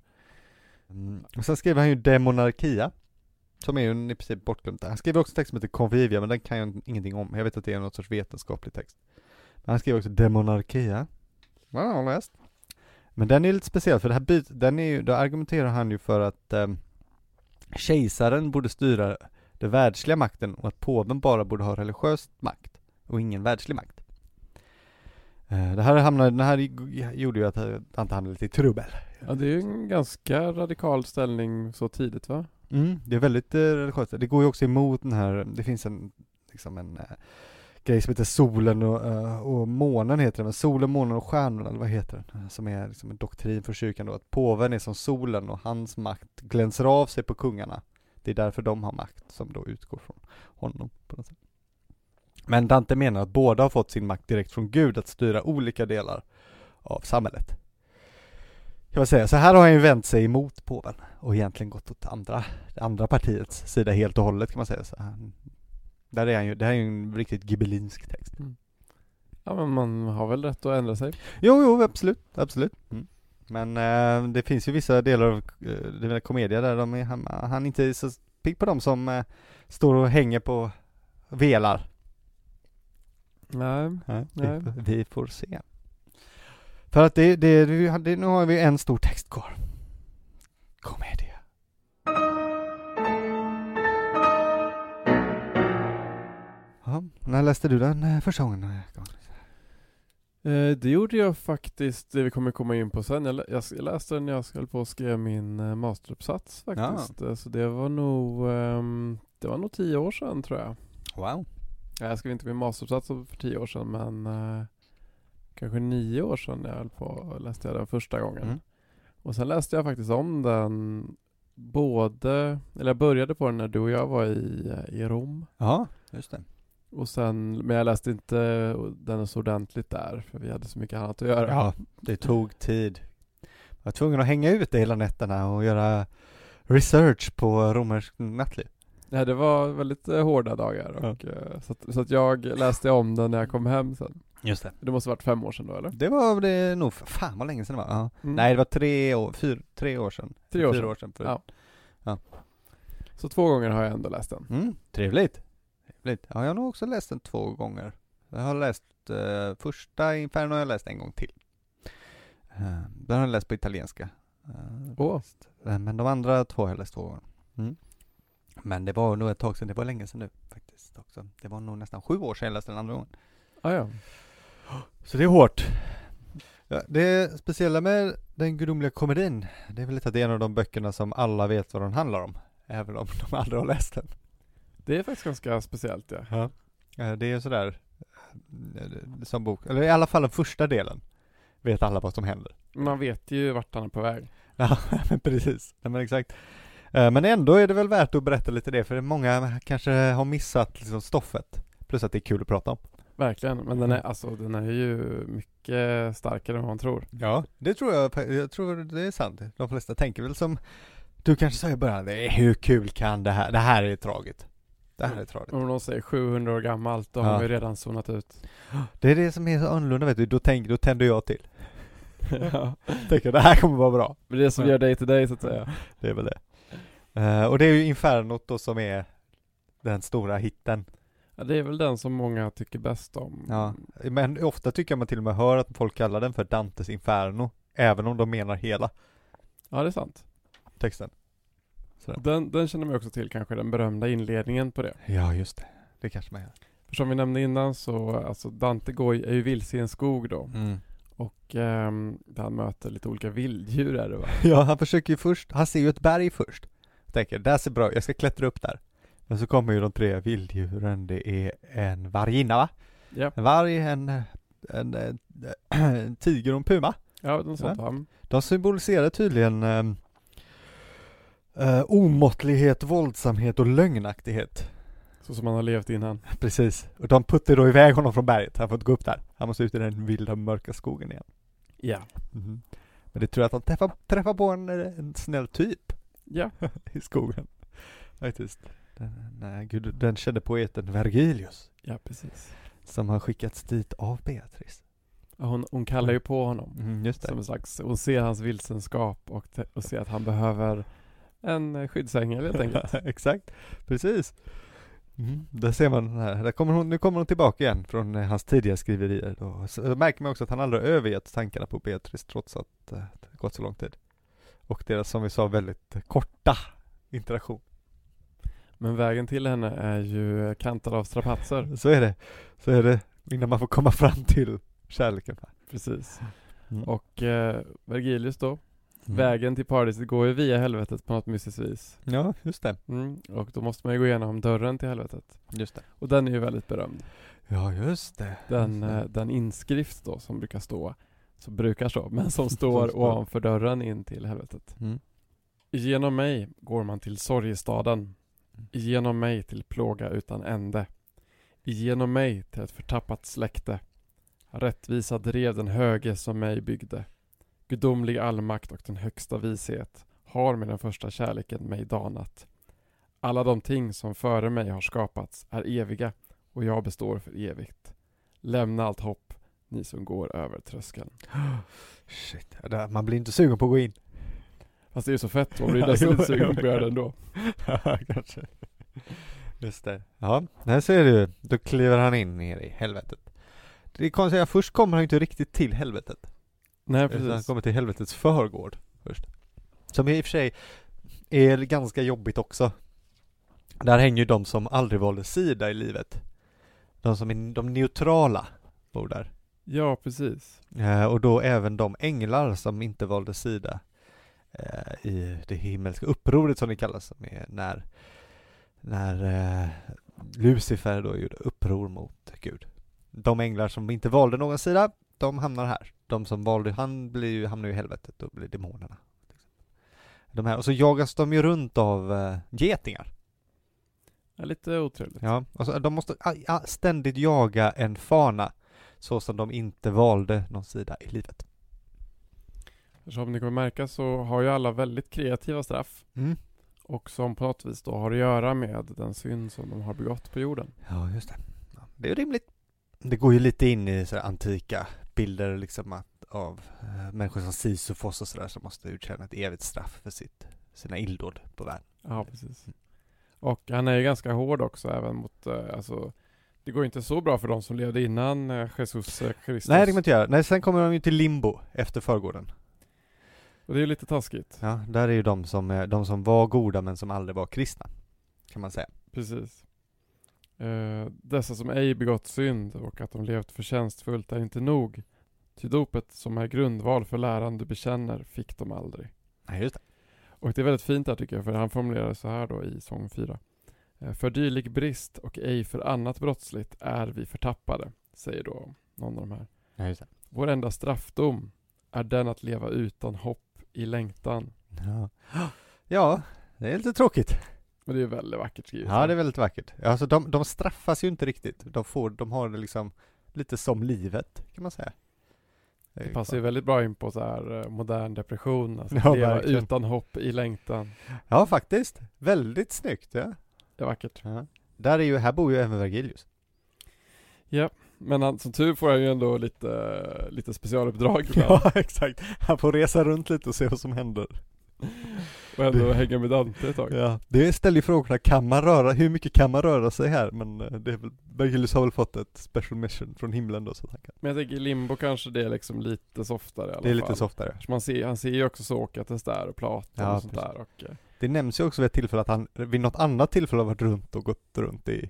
Mm. Och sen skriver han ju Demonarkia. Som är ju en i princip bortglömd. Han skriver också en text som heter Convivia, men den kan jag ingenting om. Jag vet att det är något sorts vetenskaplig text. Men han skriver också Demonarkia. Ja, jag har läst. Men den är lite speciell, för det här byt, den är ju, då argumenterar han ju för att ehm, kejsaren borde styra den världsliga makten och att påven bara borde ha religiös makt och ingen världslig makt. Eh, Det här, hamnade, det här gjorde ju att han hamnade lite i trubbel. Ja, det är ju en ganska radikal ställning så tidigt va? Mm, det är väldigt eh, religiöst. Det går ju också emot den här, det finns en, liksom en eh, grej som heter solen och, eh, och månen heter den, men solen, månen och stjärnorna, eller vad heter den? Som är liksom en doktrin för kyrkan då, att påven är som solen och hans makt glänser av sig på kungarna. Det är därför de har makt som då utgår från honom på något sätt. Men Dante menar att båda har fått sin makt direkt från Gud att styra olika delar av samhället. Kan man säga, så här har han ju vänt sig emot påven och egentligen gått åt andra det andra partiets sida helt och hållet kan man säga. Så han, där är han ju, det här är ju en riktigt gibbelinsk text. Ja men man har väl rätt att ändra sig. Jo, jo, absolut, absolut. Mm. Men eh, det finns ju vissa delar av eh, det vill komedia där de är, han, han inte är så pigg på dem som eh, står och hänger på velar. Nej. Nej, Nej. Vi, vi får se. För att det, det, det, det, nu har vi en stor text kvar. Komedia. Ja, när läste du den eh, första gången? Karl? Eh, det gjorde jag faktiskt, det vi kommer komma in på sen. Jag, lä- jag, jag läste den när jag höll på och skrev min eh, masteruppsats faktiskt. Eh, Så det var nog, ehm, det var nog tio år sedan tror jag. Wow. Nej, Jag skrev inte min masteruppsats för tio år sedan men eh, kanske nio år sedan när jag höll på och läste jag den första gången. Mm. Och sen läste jag faktiskt om den både, eller jag började på den när du och jag var i, eh, i Rom. Ja, just det. Och sen, men jag läste inte eh, den så ordentligt där för vi hade så mycket annat att göra. Ja, det tog tid. Jag var tvungen att hänga ut det hela nätterna och göra research på romersk nattliv. Nej, det var väldigt eh, hårda dagar och, eh, så, att, så att jag läste om den när jag kom hem sen. Just det. Det måste varit fem år sedan då eller? Det var det nog, fan vad länge sedan det var. Ja. Mm. Nej, det var tre år, fyra, tre år sedan. Tre år Fyra sedan. år sedan. För... Ja. Ja. Så två gånger har jag ändå läst den. Mm, trevligt. trevligt. Ja, jag har nog också läst den två gånger. Jag har läst eh, första Inferno har jag läst en gång till. Eh, den har jag läst på italienska. Eh, Åh, eh, men de andra två har jag läst två gånger. Mm. Men det var nog ett tag sedan, det var länge sedan nu faktiskt också. Det var nog nästan sju år sedan jag läste den andra gången. ah, ja. Så det är hårt. Ja, det speciella med den gudomliga komedin, det är väl lite att det är en av de böckerna som alla vet vad den handlar om. Även om de aldrig har läst den. Det är faktiskt ganska speciellt ja. Ja. Eh, Det är ju sådär, eh, det- som bok, eller i alla fall den första delen, vet alla vad som händer. Man vet ju vart han är på väg. Ja, men precis. Nej, men exakt. Eh, Men ändå är det väl värt att berätta lite det, för många kanske har missat liksom stoffet. Plus att det är kul att prata om. Verkligen, men den är, alltså, den är ju mycket starkare än vad man tror. Ja. Det tror jag, fa- jag tror det är sant. De flesta tänker väl som du kanske sa i början, "Nej, hur kul kan det här, det här är tragiskt. Det här är tragiskt. Om någon säger 700 år gammalt, då Ja. har vi redan zonat ut. Det är det som är så annorlunda vet du, då, tänk, då tänder jag till. ja. Tänker det här kommer vara bra. Men det är som gör dig till dig så att säga. Det är väl det. Eh, och det är ju Infernot då som är den stora hitten. Ja, det är väl den som många tycker bäst om. Ja. Men ofta tycker jag man till och med hör att folk kallar den för Dantes Inferno, även om de menar hela ja det är sant. texten. Den, den känner man också till kanske, den berömda inledningen på det. Ja, just det. Det kanske man gör. För som vi nämnde innan så, alltså Dante går, ju- är ju vilse i en skog då. Mm. Och ehm, där han möter lite olika vilddjur är det va? Ja, han försöker ju först, han ser ju ett berg först. Tänker, där ser bra ut, jag ska klättra upp där. Men så kommer ju de tre vilddjuren, det är en varginna va? Ja. En varg, en en, eh, en tiger och en puma. Ja, något sånt. Ja. Mm. De symboliserar tydligen eh, eh, omåttlighet, våldsamhet och lögnaktighet. Så som man har levt innan. Precis. Och de puttar då iväg honom från berget. Han får inte gå upp där. Han måste ut i den vilda mörka skogen igen. Mhm. Ja. Men det tror jag att han träffar, träffar på en, en snäll typ Ja. i skogen. Faktiskt. Den, nej, gud, den kände poeten Vergilius Ja, precis. som har skickats dit av Beatrice. Ja, Hon, hon kallar ju på honom. Mm, just Som en slags, hon ser hans vilsenskap och, te- och ser att han behöver en eh, skyddsängel helt enkelt. Exakt, precis. Mm. Där ser man den här, där kommer hon, nu kommer hon tillbaka igen från eh, hans tidiga skriverier. Då. Så, då märker man också att han aldrig har övergett tankarna på Beatrice trots att eh, det gått så lång tid. Och deras, som vi sa, väldigt eh, korta interaktion. Men vägen till henne är ju eh, kantad av strapatser. Så är det, så är det innan man får komma fram till kärleken. Precis. Mm. Och eh, Vergilius då, vägen till paradiset går ju via helvetet på något mystiskt vis. Ja, just det. Mm. Och då måste man ju gå igenom dörren till helvetet. Just det. Och den är ju väldigt berömd. Ja, just det. Den, eh, den inskrift då som brukar stå, som brukar stå, men som står står. ovanför dörren in till helvetet. Mm. Genom mig går man till sorgestaden. Genom mig till plåga utan ände. Genom mig till ett förtappat släkte. Rättvisa drev den höge som mig byggde. Gudomlig allmakt och den högsta vishet har med den första kärleken mig danat. Alla de ting som före mig har skapats är eviga och jag består för evigt. Lämna allt hopp, ni som går över tröskeln. Shit, ja, där- man blir inte sugen på att gå in. Fast det är ju så fett, man blir nästan lite sugen på att göra det ändå. Ja, kanske. Just det. Ja, här ser du. Då kliver han in ner i helvetet. Det är konstigt, att först kommer han ju inte riktigt till helvetet. Nej, Utan han precis. kommer till helvetets förgård först. Som i och för sig är ganska jobbigt också. Där hänger ju de som aldrig valde sida i livet. De som är de neutrala bor där. Ja, precis. Eh, Och då även de änglar som inte valde sida eh, i det himmelska upproret som det kallas, som är när, när eh, Lucifer då gjorde uppror mot Gud. De änglar som inte valde någon sida, de hamnar här. De som valde, han blir ju, hamnar ju i helvetet, då blir demonerna. De här, och så jagas de ju runt av eh, getingar. Ja, lite otrevligt. Ja, och så, de måste ah, ah, ständigt jaga en fana, så som de inte valde någon sida i livet. Som ni kommer märka så har ju alla väldigt kreativa straff Mm. och som på något vis då har att göra med den synd som de har begått på jorden. Ja, just det. Ja, det är ju rimligt. Det går ju lite in i så här antika bilder liksom att, av eh, människor som Sisyfos och sådär som måste utkänna ett evigt straff för sitt, sina illdåd på världen. Ja, precis. Mm. Och han är ju ganska hård också även mot, eh, alltså, det går ju inte så bra för de som levde innan eh, Jesus eh, Kristus. Nej, det kan man inte göra. Nej, sen kommer de ju till limbo efter förgården. Och det är ju lite taskigt. Ja, där är ju de som, eh, de som var goda men som aldrig var kristna, kan man säga. Precis. Eh, dessa som ej begått synd och att de levt förtjänstfullt är inte nog. Ty dopet som är grundval för läran du bekänner fick de aldrig. Nej, just det. Och det är väldigt fint här tycker jag, för han formulerar det så här då i sång 4. Eh, För dylik brist och ej för annat brottsligt är vi förtappade, säger då någon av de här. Nej, just det. Vår enda straffdom är den att leva utan hopp i längtan. Ja. ja, det är lite tråkigt. Men det är ju väldigt vackert skrivet. Ja, det är väldigt vackert. Alltså de, de straffas ju inte riktigt. De, får, de har det liksom lite som livet, kan man säga. Det passar ju väldigt bra in på så här eh, modern depression, alltså Ja, att leva verkligen. utan hopp i längtan. Ja, faktiskt. Väldigt snyggt, ja. Det är vackert. Där är ju, här bor ju även Vergilius. Men han, som tur får han ju ändå lite, lite specialuppdrag ibland exakt. Han får resa runt lite och se vad som händer. och ändå hänga med Dante ett tag. Ja, det ställer ju frågorna, kan man röra, hur mycket kan man röra sig här? Men eh, det är väl, Vergilius har väl fått ett special mission från himlen då så att han kan. Men jag tänker i limbo kanske det är liksom lite softare i alla Det är fall. lite softare. Så Man ser, han ser ju också Sokrates där och Platon Ja, och sånt precis. där. Och, eh, Det nämns ju också vid ett tillfälle att han vid något annat tillfälle har varit runt och gått runt i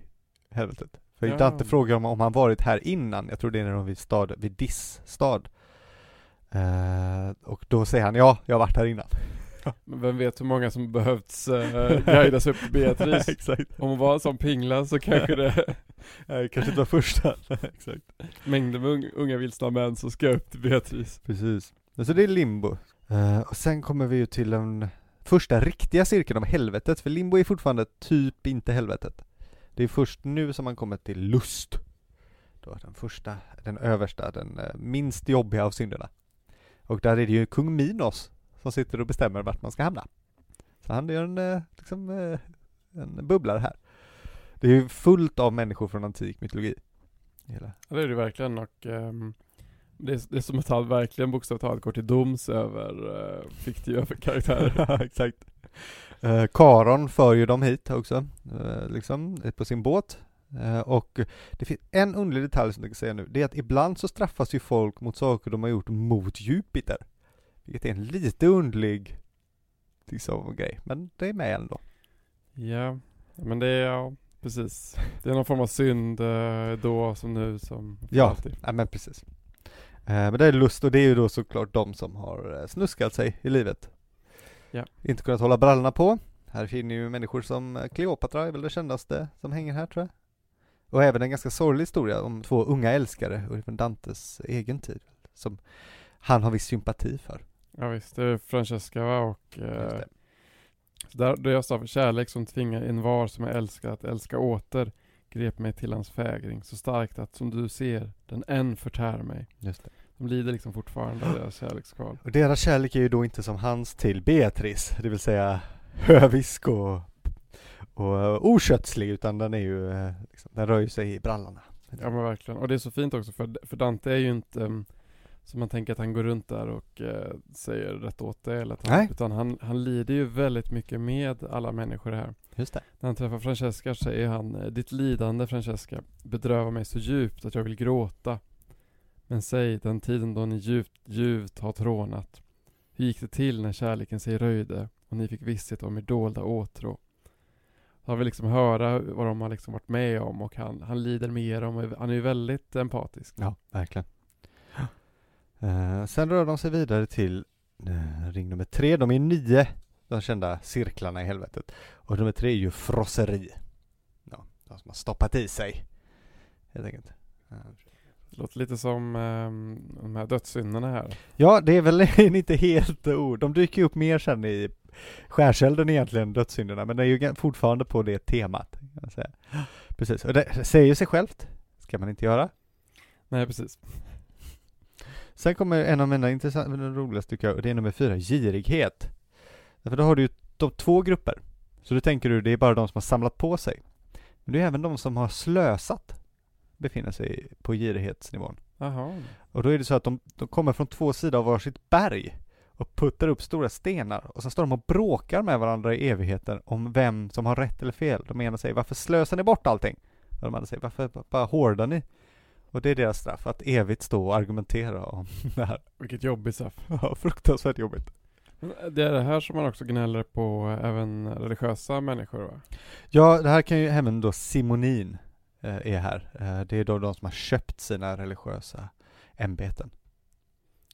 helvetet. För Ja. Dante frågar om, om han varit här innan, jag tror det är när de är vid, stad, vid Dis stad. Eh, och då säger han ja, jag har varit här innan. men vem vet hur många som behövts eh, guidas upp till Beatrice. Exakt. Om hon var en sån pingla så kanske det Nej, kanske inte var första. Nej, Exakt. Mängder med un- unga vilsna män som ska upp till Beatrice. Precis. Men Så det är limbo. Eh, och sen kommer vi ju till den första riktiga cirkeln om helvetet, för limbo är fortfarande typ inte helvetet. Det är först nu som man kommer till lust. Då är den första, den översta, den eh, minst jobbiga av synderna. Och där är det ju kung Minos som sitter och bestämmer vart man ska hamna. Så han gör en, eh, liksom, eh, en bubblare här. Det är ju fullt av människor från antik mytologi. Hela. Ja, det är det verkligen och ehm, det, är, det är som att han verkligen bokstavligt talat går till doms över eh, fiktiva karaktärer. Ja, exakt. Eh, Karon för ju dem hit också, eh, liksom, på sin båt. Eh, och det finns en underlig detalj som jag kan säga nu, det är att ibland så straffas ju folk mot saker de har gjort mot Jupiter. Vilket är en lite underlig liksom, grej, men det är med ändå. Ja, men det är, ja, precis. Det är någon form av synd eh, då som nu som för Ja. alltid. Ja men precis. Eh, Men det är lust och det är ju då såklart de som har eh, snuskat sig i livet. Ja. Inte kunnat hålla brallorna på. Här finner ju människor som eh, Kleopatra är väl det kändaste som hänger här tror jag. Och även en ganska sorglig historia om två unga älskare och från Dantes egen tid. Som han har viss sympati för. Ja visst, det är Francesca va? och Just eh, det. så där, då jag sa kärlek som tvingar en var som jag älskar att älska åter grep mig till hans fägring så starkt att som du ser den än förtär mig. Just det. De lider liksom fortfarande av deras kärlekskval. Och deras kärlek är ju då inte som hans till Beatrice, det vill säga hövisk och, och eh, okötslig utan den är ju, eh, liksom, den rör ju sig i brallorna. Ja men verkligen. Och det är så fint också för, för Dante är ju inte mm, som man tänker att han går runt där och eh, säger rätt åt det. Eller att han, Nej. utan han, han lider ju väldigt mycket med alla människor här. Just det. När han träffar Francesca säger han eh, Ditt lidande Francesca bedrövar mig så djupt att jag vill gråta. Men säg den tiden då ni djupt, djupt har trånat. Hur gick det till när kärleken sig röjde och ni fick visshet om er dolda åtrå? Han vill liksom höra vad de har liksom varit med om och han, han lider med dem och är- han är ju väldigt empatisk. Ja, verkligen. Eh, sen rör de sig vidare till eh, ring nummer tre. De är nio, de kända cirklarna i helvetet. Och nummer tre är ju frosseri. Ja, de som har stoppat i sig. Helt enkelt. Eh, Det låter lite som eh, de här dödssynderna här. Ja, det är väl inte helt ord. De dyker ju upp mer sen i skärselden egentligen, dödssynderna. Men det är ju gan- fortfarande på det temat. Kan jag säga. Precis, och det säger ju sig självt. Ska man inte göra. Nej precis. Sen kommer en av mina intressanta, den roligaste tycker jag, och det är nummer fyra, girighet. Därför då har du ju de två grupper. Så då tänker du, det är bara de som har samlat på sig. Men det är även de som har slösat befinner sig på girighetsnivån. Jaha. Och då är det så att de, de kommer från två sidor av varsitt berg och puttar upp stora stenar och sen står de och bråkar med varandra i evigheten om vem som har rätt eller fel. De ena säger varför slösar ni bort allting? Och de andra säger varför bara hårdar ni? Och det är deras straff, att evigt stå och argumentera om det här. Vilket jobbigt straff. Ja, fruktansvärt jobbigt. Men Det är det här som man också gnäller på eh, även religiösa människor va? Ja, det här kan ju även då simonin eh, är här. Eh, det är då de som har köpt sina religiösa ämbeten.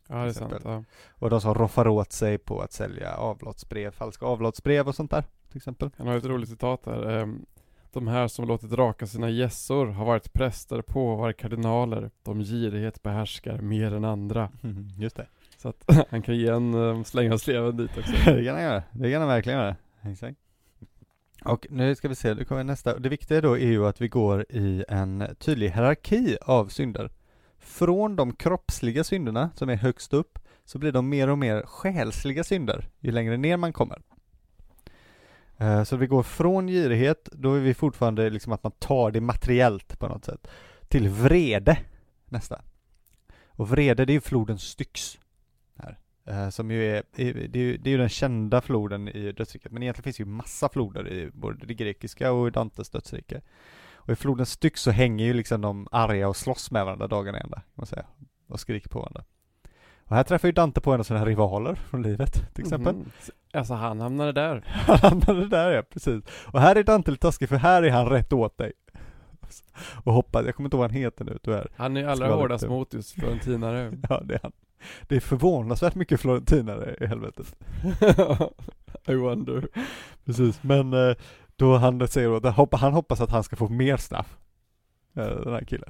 Ja det är sant. exempel. Ja. Och de som roffar åt sig på att sälja avlatsbrev, falska avlatsbrev och sånt där till exempel. Han har ett roligt citat där. ehm, De här som låtit raka sina gässor har varit präster, påvar, kardinaler. De girighet behärskar mer än andra. just det. Så att han kan ge en ehm, släng av sleven dit också. det kan han göra. Det kan han verkligen göra. Exakt. Och nu ska vi se, nu kommer nästa. Det viktiga då är ju att vi går i en tydlig hierarki av synder. Från de kroppsliga synderna som är högst upp så blir de mer och mer själsliga synder ju längre ner man kommer. Eh, Så vi går från girighet, då är vi fortfarande liksom att man tar det materiellt på något sätt, till vrede nästa. Och vrede det är ju floden Styx. Eh, som ju är, är- det är ju, det är ju den kända floden i dödsriket, men egentligen finns det ju massa floder i både det grekiska och i Dantes dödsrike. Och i floden Styx så hänger ju liksom de arga och slåss med varandra dagarna ända, kan man säga, och skriker på varandra. Och här träffar ju Dante på en av sina rivaler från livet, till exempel. Mhm. Alltså han hamnade där. Han hamnade där ja, precis. Och här är Dante lite taskig för här är han rätt åt dig. Och hoppas, jag kommer inte ihåg vad han heter nu tyvärr. Han är ju allra Ska vara hårdast lite- mot just florentinare. Ja, det är han. Det är förvånansvärt mycket florentinare i helvetet. I wonder. Precis, men eh, då han säger då, han hoppas att han ska få mer straff. eh, den här killen.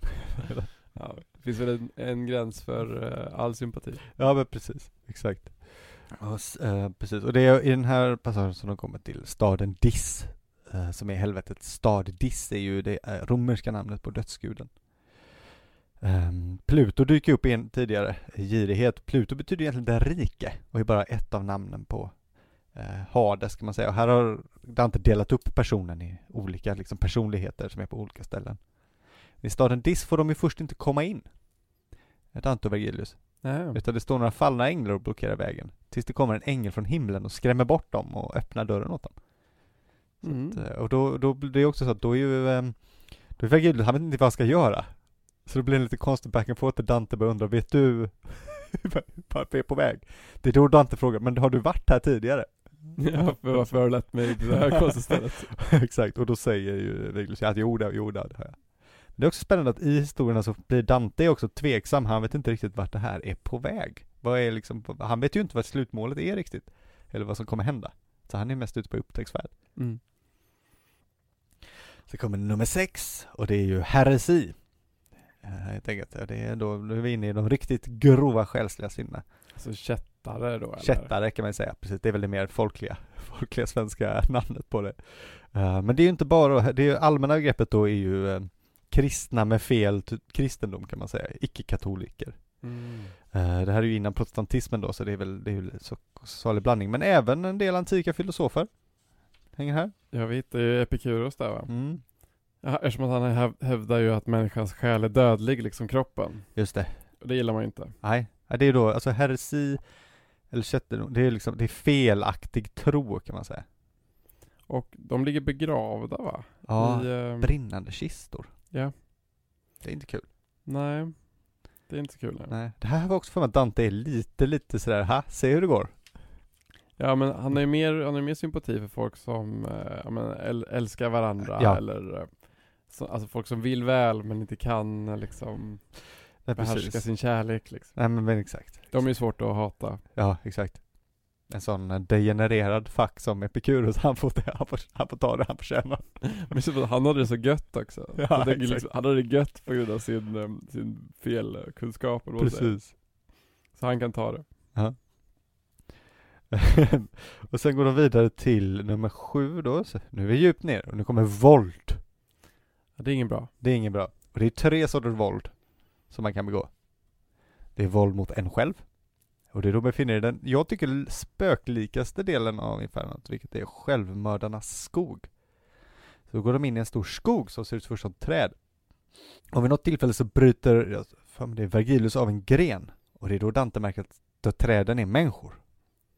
Ja, det finns väl en, en gräns för eh, all sympati. Ja men precis, exakt. Och, s- eh, precis, och det är i den här passagen som de kommer till staden Dis, eh, som är helvetet. Stad Dis är ju det eh, romerska namnet på dödsguden. Ehm, Pluto dyker upp igen tidigare, girighet. Pluto betyder egentligen den rike och är bara ett av namnen på eh, Hades kan man säga. Och här har Dante delat upp personen i olika liksom, personligheter som är på olika ställen. I staden Dis får de ju först inte komma in. Dante och Vergilius. Nej. Utan det står några fallna änglar och blockerar vägen. Tills det kommer en ängel från himlen och skrämmer bort dem och öppnar dörren åt dem. Mm. Eh, Och då, då blir det också så att då är ju, ehm, då är Vergilius, han vet inte vad han ska göra. Så då blir det lite konstig back and forth där Dante börjar undra, vet du vart vi är på väg? Det är då Dante frågar, men har du varit här tidigare? Ja, för varför har du lett mig till det här konstiga stället? Exakt, och då säger ju Vergilius att jo det, jo det, det har jag. Men det är också spännande att i historierna så blir Dante också tveksam, han vet inte riktigt vart det här är på väg. Vad är liksom, han vet ju inte vad slutmålet är riktigt, eller vad som kommer hända. Så han är mest ute på upptäcktsfärd. Mm. Så kommer nummer sex, och det är ju heresi. Eh, Jag tänker att det är då, nu är vi inne i de riktigt grova själsliga syndena. Alltså kättare då eller? Kättare kan man säga, precis, det är väl det mer folkliga, folkliga svenska namnet på det. Eh, Men det är ju inte bara, det är ju allmänna begreppet då är ju eh, kristna med fel t- kristendom kan man säga, icke-katoliker. Mm. Eh, Det här är ju innan protestantismen då, så det är väl, det är ju så salig blandning, men även en del antika filosofer hänger här. Ja, vi hittar ju Epikuros där va? Mm. Ja, eftersom att han häv- hävdar ju att människans själ är dödlig liksom kroppen. Just det. Och det gillar man ju inte. Nej, ja, det är då, alltså heresi eller kätterdom, det är liksom, det är felaktig tro kan man säga. Och de ligger begravda va? Ja, I, ehm, brinnande kistor. Ja. Det är inte kul. nej, det är inte så kul. Nej. Nej. Det här var också för mig att Dante är lite, lite sådär, ha, se hur det går. Ja men han har ju mer, han har ju mer sympati för folk som eh, ja, men äl- älskar varandra Ja. eller eh, så, alltså folk som vill väl men inte kan eh, liksom Nej, behärska sin kärlek liksom. Nej men, men exakt. De är ju svårt att hata. Ja, exakt. En sån eh, degenererad fack som Epikuros, han får, ta- han får, han får ta det han förtjänar. Men så, han hade det så gött också. Ja, jag tänker exakt. liksom, han hade det gött på grund av sin, eh, sin felkunskap eller vad man säger. Så han kan ta det. och sen går de vidare till nummer sju då, så nu är vi djupt ner och nu kommer våld. Ja, det är inget bra. Det är inget bra. Och det är tre sorters våld som man kan begå. Det är våld mot en själv. Och det är då befinner i den, jag tycker, l- spöklikaste delen av infernot, vilket är självmördarnas skog. Så går de in i en stor skog som ser ut först som träd. Och vid något tillfälle så bryter, jag för mig det är Vergilius av en gren. Och det är då Dante märker att då träden är människor.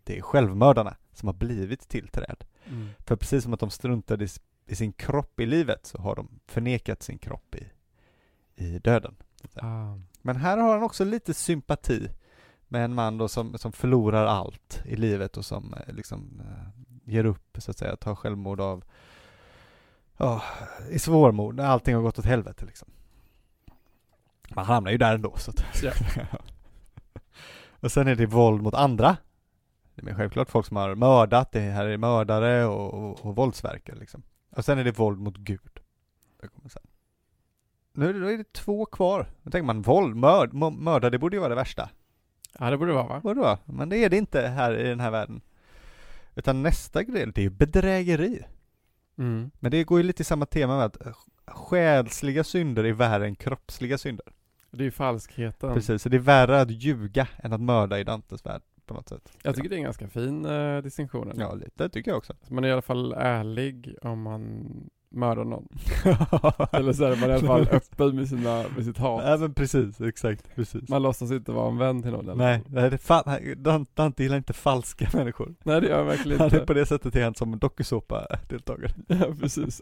Det är självmördarna som har blivit till träd. För precis som att de struntade i, s- i sin kropp i livet så har de förnekat sin kropp i, i döden. Ah. Men här har han också lite sympati med en man då som, som förlorar allt i livet och som eh, liksom eh, ger upp så att säga, tar självmord av ja, i svårmod, när allting har gått åt helvete liksom. Man hamnar ju där ändå så att Ja. Och sen är det våld mot andra. Det är självklart folk som har mördat, det här är mördare och, och, och våldsverkare liksom. Och sen är det våld mot Gud. Det kommer sen. Nu är det, då är det två kvar. Då tänker man våld, mörd, mö- mörda, det borde ju vara det värsta. Ja det borde vara va? Vadå? Men det är det inte här i den här världen. Utan nästa grej, det är ju bedrägeri. Mm. Men det går ju lite i samma tema med att eh, själsliga synder är värre än kroppsliga synder. Det är ju falskheten. Precis, så det är värre att ljuga än att mörda i Dantes värld på något sätt. Jag tycker det är en ganska fin eh, distinktion. eller? Ja, lite tycker jag också. Så Man är i alla fall ärlig om man mördar någon. Eller så är man i alla fall öppen med, sina, med sitt Ja hat. men precis, exakt, precis. Man låtsas inte vara en vän till någon. eller? Nej, nej det är fa- Dante, Dante gillar inte falska människor. Nej det gör jag verkligen Han är inte. på det sättet är han som en dokusåpa-deltagare. ja precis.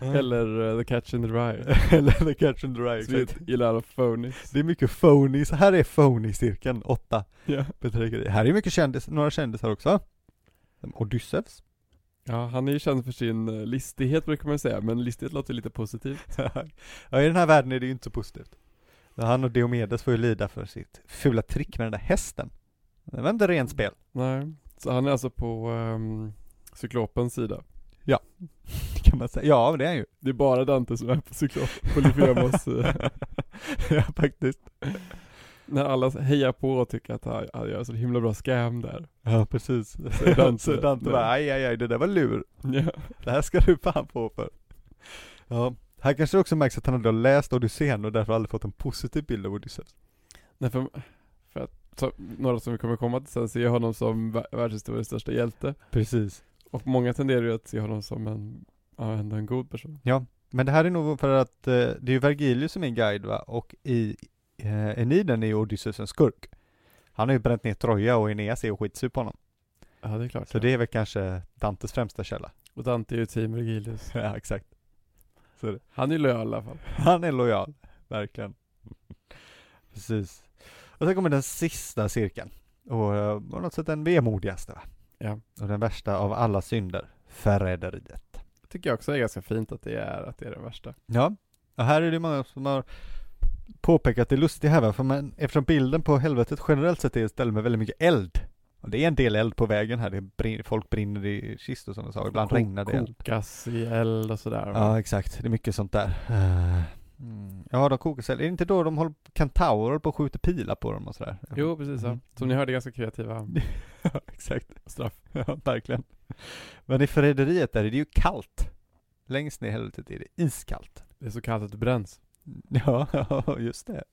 Eller eh, the catch in the rye. Eller The Catch and the Rye, Så vi exakt. gillar phonies. Det är mycket phony, så här är phony-cirkeln, åtta Ja. bedrägerier. Här är mycket kändis, några kändisar också. Odysseus. ja, han är ju känd för sin eh, listighet brukar man säga, men listighet låter lite positivt. ja, i den här världen är det ju inte så positivt. Han och Diomedes får ju lida för sitt fula trick med den där hästen. Det var inte rent spel. ehm, Nej, så han är alltså på um, cyklopens sida. kan kan man säga. Ja, men det är han ju. Det är bara Dante som är på cyklop, Polyphemos. eh, ja, faktiskt. när alla hejar på och tycker att han, han gör så himla bra scam där. Ja, precis. Säger Dante. Så Dante bara, aj, aj, aj, det där var lur. Ja. Det här ska du fan få för. Ja. Här kanske det också märks att han aldrig har läst Odysseen och därför aldrig fått en positiv bild av Odysseus. Nej, för, för att ta, några som vi kommer komma till sen ser jag honom som vä- världshistoriens största hjälte. Precis. Och många tenderar ju att se honom som en, ja, ändå en god person. Men det här är nog för att eh, det är ju Vergilius som är guide va, och i eh, Eniden är ju Odysseus en skurk. Han har ju bränt ner Troja och Aeneas är ju skitsur på honom. Ja, det är klart. Så det är väl kanske Dantes främsta källa. Och Dante är ju team Regilius. Ja, exakt. Han är lojal i alla fall. Han är lojal, verkligen. Precis. Och sen kommer den sista cirkeln. Och eh, på något sätt den vemodigaste va? Ja. Och den värsta av alla synder, förräderiet. Tycker jag också är ganska fint att det är, att det är den värsta. Ja, och här är det många som har påpekat det lustiga här va? för man, eftersom bilden på helvetet generellt sett är ett ställe med väldigt mycket eld. Och det är en del eld på vägen här, det brin- folk brinner i kistor som jag sa, ibland Ko- regnar det eld. Kokas i eld och sådär. Ja exakt, det är mycket sånt där. Eh, Mm. Ja, de kokar sig. Är det inte då de håller, kentaurer håller på och skjuter pilar på dem och sådär? Jo, precis. Ja. Mm. Som ni hörde, ganska kreativa Ja, exakt. straff. Ja, verkligen. Men i förräderiet där är det ju kallt. Längst ner i helvetet är det iskallt. Det är så kallt att det bränns. Ja, ja, just det.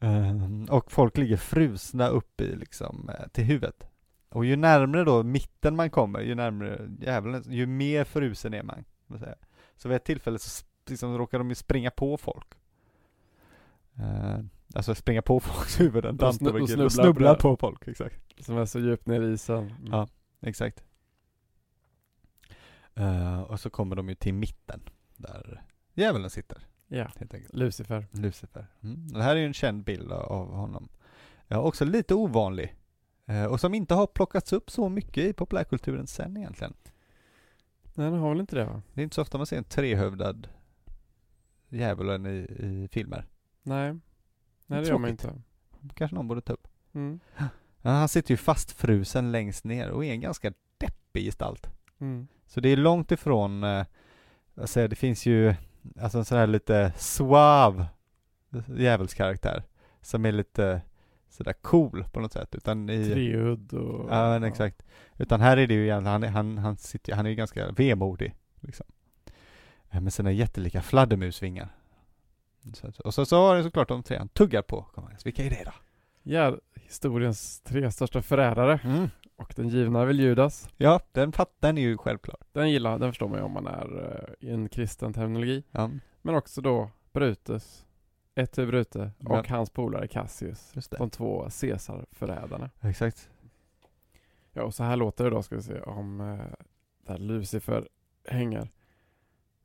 Ehm, Och folk ligger frusna upp i liksom, eh, till huvudet. Och ju närmre då mitten man kommer, ju närmre djävulen, ju mer frusen är man. kan man säga. Så vid ett tillfälle så s- liksom råkar de ju springa på folk. Ehm, Alltså springa på folks huvuden, Och snu- Dante och och, och snubblar på snubblar det. på folk, exakt. Som är så djupt ner i isen. Mm. Ja. Exakt. Eh, och så kommer de ju till mitten, där djävulen sitter, ja. helt enkelt. Lucifer. Lucifer. Mm. Det här är ju en känd bild av honom. Ja, också lite ovanlig. Eh, Och som inte har plockats upp så mycket i populärkulturen sen egentligen. Nej, han har väl inte det va? Det är inte så ofta man ser en trehövdad djävulen i, i filmer. Nej. Nej, det gör man Tråkigt. inte. Kanske någon borde ta upp. Mm. Ja, han sitter ju fastfrusen längst ner och är en ganska deppig gestalt. Mm. Så det är långt ifrån, eh, alltså det finns ju alltså en sån här lite suav djävulskaraktär som är lite sådär cool på något sätt. Utan i, Treudd och... Ja, men exakt. Utan här är det ju egentligen, han, är- han, han, sitter, ju- han är ju ganska vemodig. Liksom. Eh, Med sina jättelika fladdermusvingar. Så, att- och så, så har det såklart de tre han tuggar på. Kom igen, vilka är det då? Ja, historiens tre största förrädare. Och den givna är väl Judas. Mm. Ja, den fattar den är ju självklar. Den gillar den förstår man ju om man är eh, i en kristen terminologi. Ja, Men också då Brutus, Ety Brute och Ja. hans polare Cassius. just det. De två Caesar-förrädarna. Exakt. Ja, och så här låter det då ska vi se om eh, där Lucifer hänger.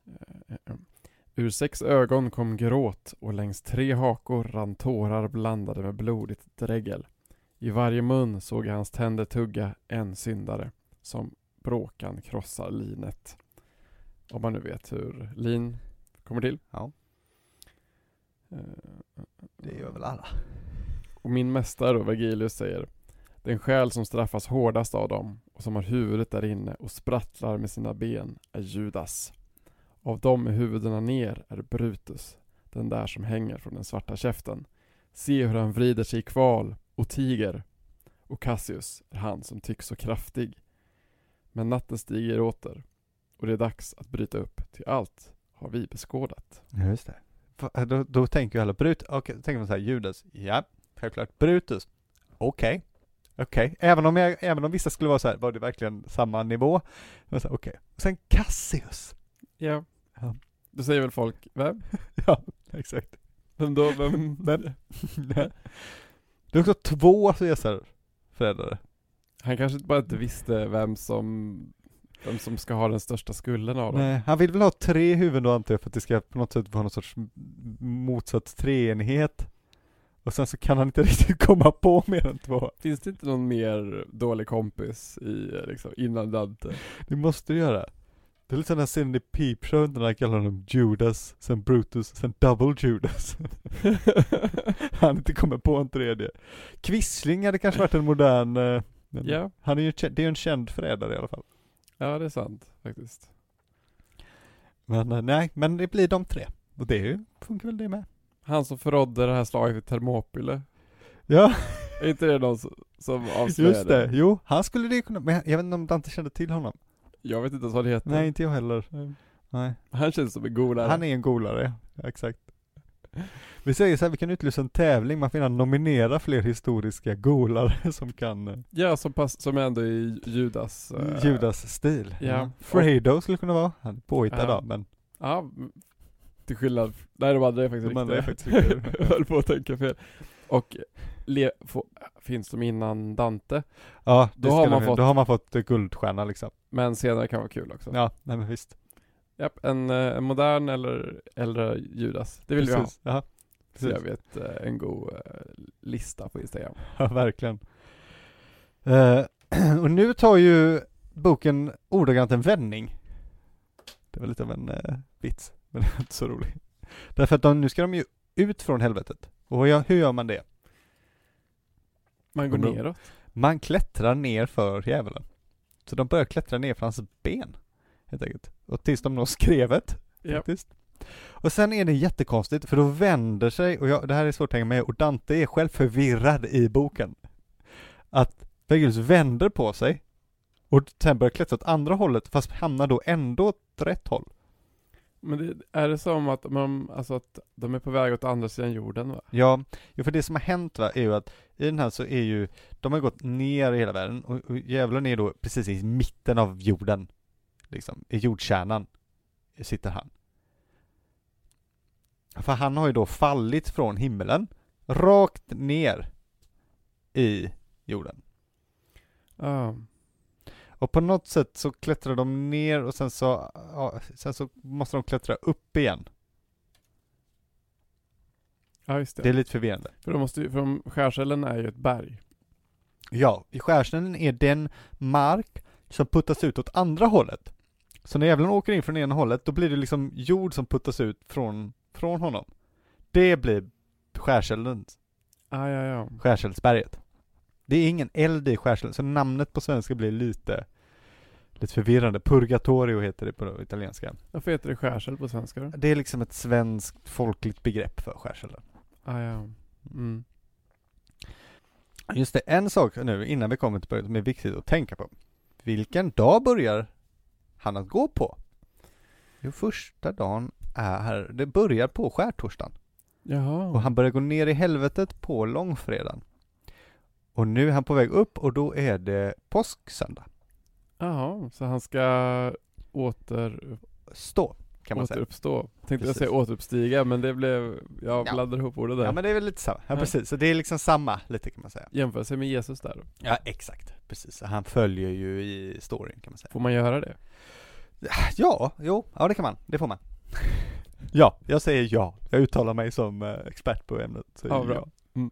Eh, eh, eh. Ur sex ögon kom gråt och längs tre hakor rann tårar blandade med blodigt dregel. I varje mun såg jag hans tänder tugga en syndare som bråkan krossar linet. Om man nu vet hur lin kommer till. Ja. Eh, Det gör väl alla. och min mästare då, Vergilius säger Den själ som straffas hårdast av dem och som har huvudet där inne och sprattlar med sina ben är Judas. Av dem med huvudena ner är Brutus, den där som hänger från den svarta käften. Se hur han vrider sig i kval och tiger. Och Cassius är han som tycks så kraftig. Men natten stiger åter och det är dags att bryta upp, till allt har vi beskådat. Ja, just det. Va- Då, då tänker ju alla Brut, okej, då tänker man så här, Judas, ja, självklart. Brutus, okej, okej. Även om jag, även om vissa skulle vara så här, var det verkligen samma nivå? Men så här, Okej. Och Sen Cassius. Ja. Ja. Då säger väl folk, vem? Ja, exakt. Vem då? Vem? Vem? Det är också två Caesar-förrädare. Han kanske bara inte visste vem som, vem som ska ha den största skulden av dem. Nej, han vill väl ha tre huvuden då antar jag för att det ska på något sätt vara någon sorts m- motsats treenighet. Och sen så kan han inte riktigt komma på mer än två. Finns det inte någon mer dålig kompis i, eh, liksom, innan Dante? Det måste du göra. Det är lite som den här scenen i Peep Show där han kallar honom Judas, sen Brutus, sen Double Judas. han inte kommer på en tredje. Quisling hade kanske varit en modern, eh, men ja, han är ju, en kä- det är ju en känd förrädare i alla fall. ja det är sant faktiskt. Men eh, nej, men det blir de tre. Och det är ju- funkar väl det med. Han som förrådde det här slaget vid Thermopyle. Ja, Är inte det någon som, som avslöjade? just det. Jo, han skulle det kunna, men jag jag vet inte om Dante kände till honom. Jag vet inte ens vad det heter. Nej, inte jag heller. Nej. Han känns som en golare. Han är en golare, ja, exakt. Vi säger så här, vi kan utlysa en tävling, man får gärna nominera fler historiska golare som kan eh, Ja, som, pass, som ändå är i Judas. eh, Judas stil. Mm. ja. Fredo skulle kunna vara, han är påhittad Ja. då, men Ja, m- till skillnad. Nej, de andra är faktiskt De andra är faktiskt riktiga. Jag höll på att tänka fel. Och le, få, finns de innan Dante. ja, Då det har skulle man vi- fått- då har man fått eh, guldstjärna liksom. Men senare kan vara kul också. Ja, nej men visst. Japp, en, eh, en modern eller äldre Judas. Det vill Precis. vi Ja, ha. Så precis. jag vet eh, en god eh, lista på Instagram. Ja, verkligen. Eh, och nu tar ju boken ordagrant en vändning. Det var lite av en uh, vits, men det var inte så rolig. Därför att de, nu ska de ju ut från helvetet. Och hur gör, hur gör man det? Man går Undrar- neråt. Man klättrar ner för djävulen. Så de börjar klättra ner för hans ben, helt enkelt. Och tills de når skrevet, Ja. faktiskt. Och sen är det jättekonstigt, för då vänder sig, och jag, det här är svårt att hänga med, och Dante är själv förvirrad i boken. Att Vergilius vänder på sig, och sen börjar klättra åt andra hållet, fast hamnar då ändå åt rätt håll. Men det, är det som att de, alltså att de är på väg åt andra sidan jorden va? Ja, jo, för det som har hänt va, är ju att i den här så är ju, de har gått ner i hela världen och, och djävulen är då precis i mitten av jorden. Liksom, i jordkärnan sitter han. För han har ju då fallit från himmelen, rakt ner i jorden. Ja. Och på något sätt så klättrar de ner och sen så, ja, sen så måste de klättra upp igen. Ja just det. Det är lite förvirrande. För de måste ju, för de, skärselden är ju ett berg. Ja, i skärsnäden är den mark som puttas ut åt andra hållet. Så när djävulen åker in från ena hållet, då blir det liksom jord som puttas ut från, från honom. Det blir skärselden, Ah, ja, ja. skärseldsberget. Det är ingen eld i skärselden, så namnet på svenska blir lite, lite förvirrande. Purgatorio heter det på italienska. Varför heter det skärsel på svenska då? Det är liksom ett svenskt folkligt begrepp för skärselden. Ah, ja. Mm. Just det, en sak nu innan vi kommer till början som är viktigt att tänka på. Vilken dag börjar han att gå på? Jo, första dagen är, det börjar på skärtorsdagen. Jaha. Och han börjar gå ner i helvetet på långfredagen. Och nu är han på väg upp och då är det påsksöndag. Jaha, så han ska åter, Stå, kan man säga. återuppstå. Tänkte jag Precis. säga återuppstiga, men det blev, jag Ja. blandade ihop orden där. Ja men det är väl lite samma, ja Ja. precis, så det är liksom samma lite kan man säga. Jämför sig med Jesus där då. Ja exakt, precis. Han följer ju i storyn kan man säga. Får man göra det? Ja, jo, ja det kan man, det får man. Ja, jag säger ja. Jag uttalar mig som eh, expert på ämnet. Så Ja, bra. ja. Mm.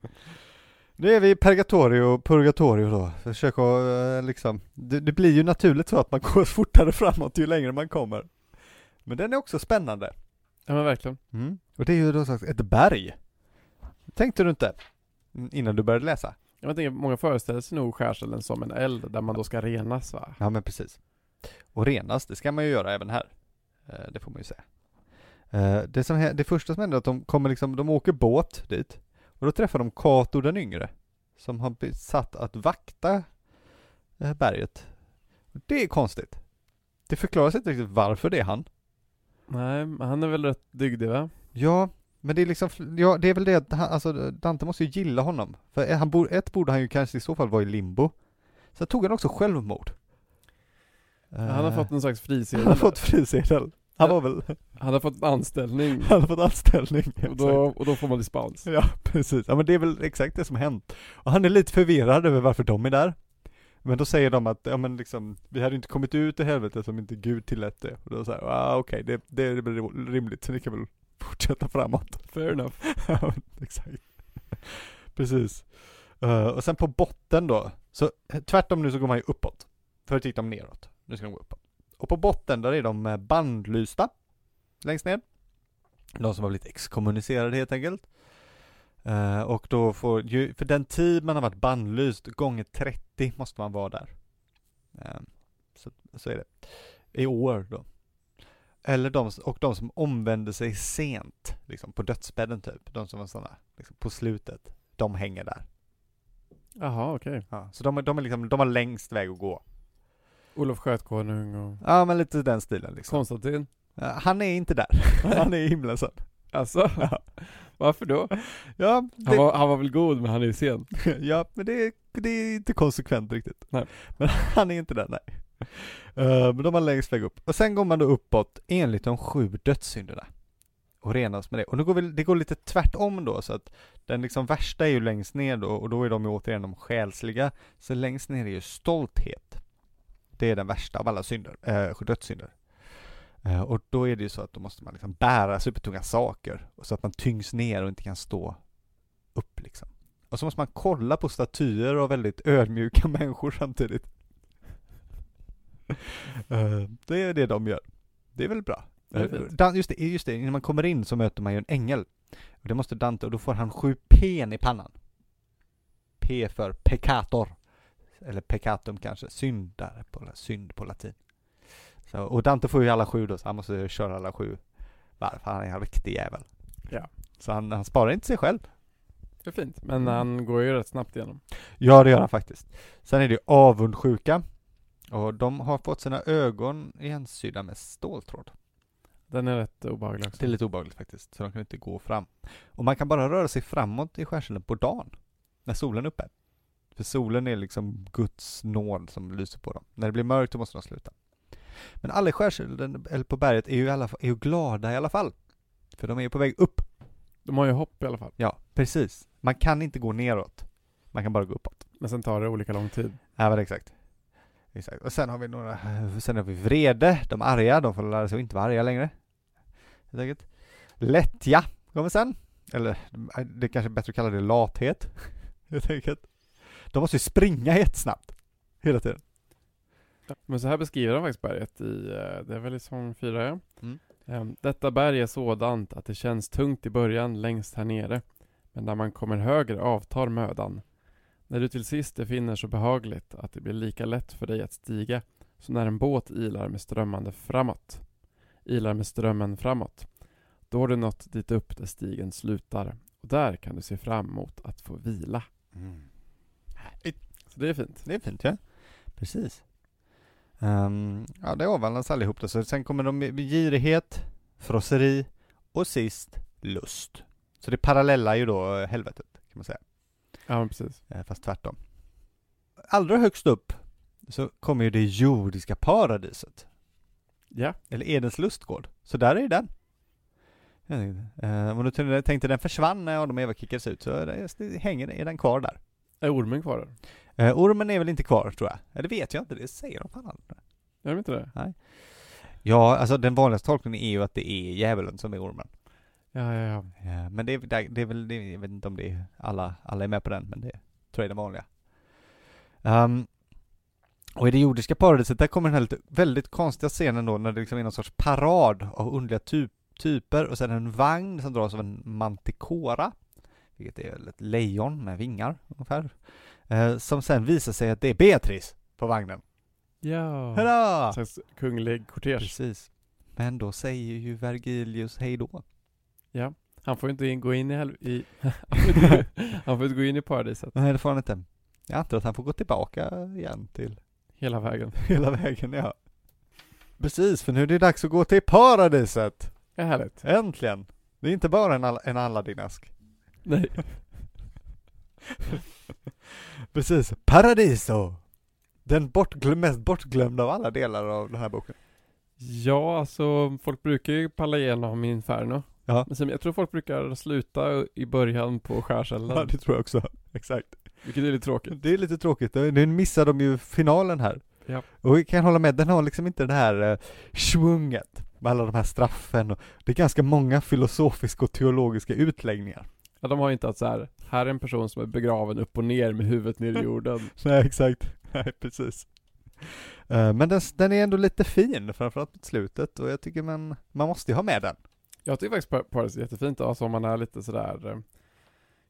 Nu är vi i Purgatorio, Purgatorio då. Försök att eh, liksom, det, det blir ju naturligt så att man går fortare framåt ju längre man kommer. Men den är också spännande. Mm. Ja men verkligen. Och det är ju då sagt ett berg. Tänkte du inte? Mm, Innan du började läsa? Jag tänker, många föreställer sig nog skärselden som en eld där man då ska renas va? Ja men precis. Och renas, det ska man ju göra även här. Eh, Det får man ju säga. Eh, Det, som, hä- det första som händer är att de kommer liksom, de åker båt dit. Och då träffar de Cato den yngre. Som har blivit satt att vakta eh, berget. Det är konstigt. Det förklaras inte riktigt varför det är han. Nej, men han är väl rätt dygdig va? Ja, men det är liksom, ja det är väl det att han, alltså Dante måste ju gilla honom. För han bor, ett borde han ju kanske i så fall vara i limbo. Sen tog han också självmord. Han har Eh. fått någon slags frisedel. Han har där. fått frisedel. Han var väl, han har fått en anställning. han har fått anställning. Och då, och då får man dispens. Ja, precis. Ja men det är väl exakt det som hänt. Och han är lite förvirrad över varför de är där. Men då säger de att, ja men liksom, vi hade inte kommit ut i helvetet om inte Gud tillät det. Och då säger jag, ah, okej, det, det blir rimligt, så ni kan väl fortsätta framåt. Fair enough. Ja, men exakt. Precis. Eh, och sen på botten då, så eh, tvärtom nu så går man ju uppåt. Förut gick de neråt, nu ska de gå uppåt. Och på botten där är de eh, bandlysta, längst ner. De som har blivit exkommunicerade helt enkelt. Eh, och då får, ju, för den tid man har varit bannlyst, gånger 30 måste Ehm, man vara där. Eh, så, så är det. I år då. Eller de, och de som omvände sig sent, liksom på dödsbädden typ, de som var sådana, liksom på slutet, de hänger där. Jaha, okej. Ja, så de, är- de, är liksom, de har längst väg att gå. Olof Skötkonung och Ja, men lite den stilen liksom. Konstantin. Ja, Han är inte där, han är i himlen sen. Alltså, varför då? Ja, Han det, var, han var väl god, men han är ju sen. ja, men det, är- det är inte konsekvent riktigt. Nej. Men han är inte där, nej. Eh, Men de har längst väg upp. Och sen går man då uppåt enligt de sju dödssynderna. Och renas med det. Och nu går vi, det går lite tvärtom då, så att den liksom värsta är ju längst ner då, och då är de ju återigen de själsliga. Så längst ner är ju stolthet. Det är den värsta av alla synder, eh, dödssynder. Eh, och då är det ju så att då måste man liksom bära supertunga saker, och så att man tyngs ner och inte kan stå upp liksom. Och så måste man kolla på statyer av väldigt ödmjuka människor samtidigt. Eh, det är det de gör. Det är väl bra. Det är Eh, fint. Dan, just, det, just det, innan man kommer in så möter man ju en ängel. Och det måste Dante, och då får han sju pen i pannan. P för peccator. Eller peccatum kanske, syndare på, la- synd på latin. Så, och Dante får ju alla sju då, så han måste ju köra alla sju varv. Han är en riktig jävel. Ja. Så han, han sparar inte sig själv. Det är fint. Men han går ju rätt snabbt igenom. Ja, det gör han faktiskt. Sen är det ju avundsjuka. Och de har fått sina ögon igensydda med ståltråd. Den är rätt obehaglig också. Det är lite obehagligt faktiskt, så de kan inte gå fram. Och man kan bara röra sig framåt i skärselden på dagen, när solen är uppe. För solen är liksom Guds nåd som lyser på dem. När det blir mörkt då måste de sluta. Men alla i skärselden, eller på berget, är ju, i alla, fall- är ju glada i alla fall. För de är ju på väg upp. De har ju hopp i alla fall. Ja, precis. Man kan inte gå neråt. Man kan bara gå uppåt. Men sen tar det olika lång tid. Ja men exakt. exakt. Och sen har vi några, sen har vi vrede, de arga, de får lära sig att inte vara arga längre. Helt enkelt. Lättja kommer sen. Eller det är kanske är bättre att kalla det lathet. Helt enkelt. De måste ju springa jättesnabbt. Hela tiden. Men så här beskriver han faktiskt berget i, eh, det är väl i sång 4 ja. Mm. Ehm, Detta berg är sådant att det känns tungt i början längst här nere. Men när man kommer högre avtar mödan. När du till sist det finner så behagligt att det blir lika lätt för dig att stiga som när en båt ilar med strömmande framåt. Ilar med strömmen framåt. Då har du nått dit upp där stigen slutar. Och där kan du se fram emot att få vila. Så det är fint. Det är fint ja. Precis. Ehm, ja, det avhandlas allihop då. Så sen kommer de med girighet, frosseri och sist lust. Så det parallella ju då eh, helvetet kan man säga. Ja, men precis. Eh, Fast tvärtom. Allra högst upp så kommer ju det jordiska paradiset. Ja, Eller Edens lustgård. Så där är ju den. Jag tänkte, eh, Om du tänkte- tänkte den försvann när Adam och Eva kickades ut så är det- det hänger är den kvar där. är ormen kvar där? Eh, Ormen är väl inte kvar tror jag. Eller det vet jag inte, det säger de fan aldrig. Är de inte det? Ja, alltså den vanligaste tolkningen är ju att det är djävulen som är ormen. Ja, ja, ja. Eh, Men det är, det är- det är väl, det, jag vet inte om det är alla, alla är med på den, men det tror jag är den vanliga. Ehm, och i det jordiska paradiset, där kommer den här lite, väldigt konstiga scenen då, när det liksom är någon sorts parad av underliga typ, typer och sen en vagn som dras av en mantikora, vilket är väl ett lejon med vingar ungefär, eh, som sen visar sig att det är Beatrice på vagnen. Ja. Hurra! En slags kunglig kortege. Precis. Men då säger ju Vergilius hej då. Han får ju inte in, gå in i, hel- i han, får inte, han får inte gå in i paradiset Nej, det får han inte. Jag antar att han får gå tillbaka igen till hela vägen. hela vägen, ja. Precis, för nu är det dags att gå till paradiset. Det är härligt. Äntligen! Det är inte bara en, Al- en Aladdin-ask. Nej. Precis, Paradiso! Den bortglöm, mest bortglömda av alla delar av den här boken. Ja, alltså folk brukar ju palla igenom Inferno. Ja. Men sen, jag tror folk brukar sluta i början på Ja, skärselden. det tror jag också. Exakt. Vilket är lite tråkigt. Det är lite tråkigt, nu missar de ju finalen här. Ja. Och vi kan hålla med, den har liksom inte det här eh, svunget med alla de här straffen och det är ganska många filosofiska och teologiska utläggningar. Ja, de har ju inte att så här, här är en person som är begraven upp och ner med huvudet ner i jorden. Nej, exakt. Nej, precis. Eh, men den, den är ändå lite fin, framförallt mot slutet och jag tycker man, man måste ju ha med den. Jag tycker faktiskt par- Paris är jättefint, alltså om man är lite sådär eh,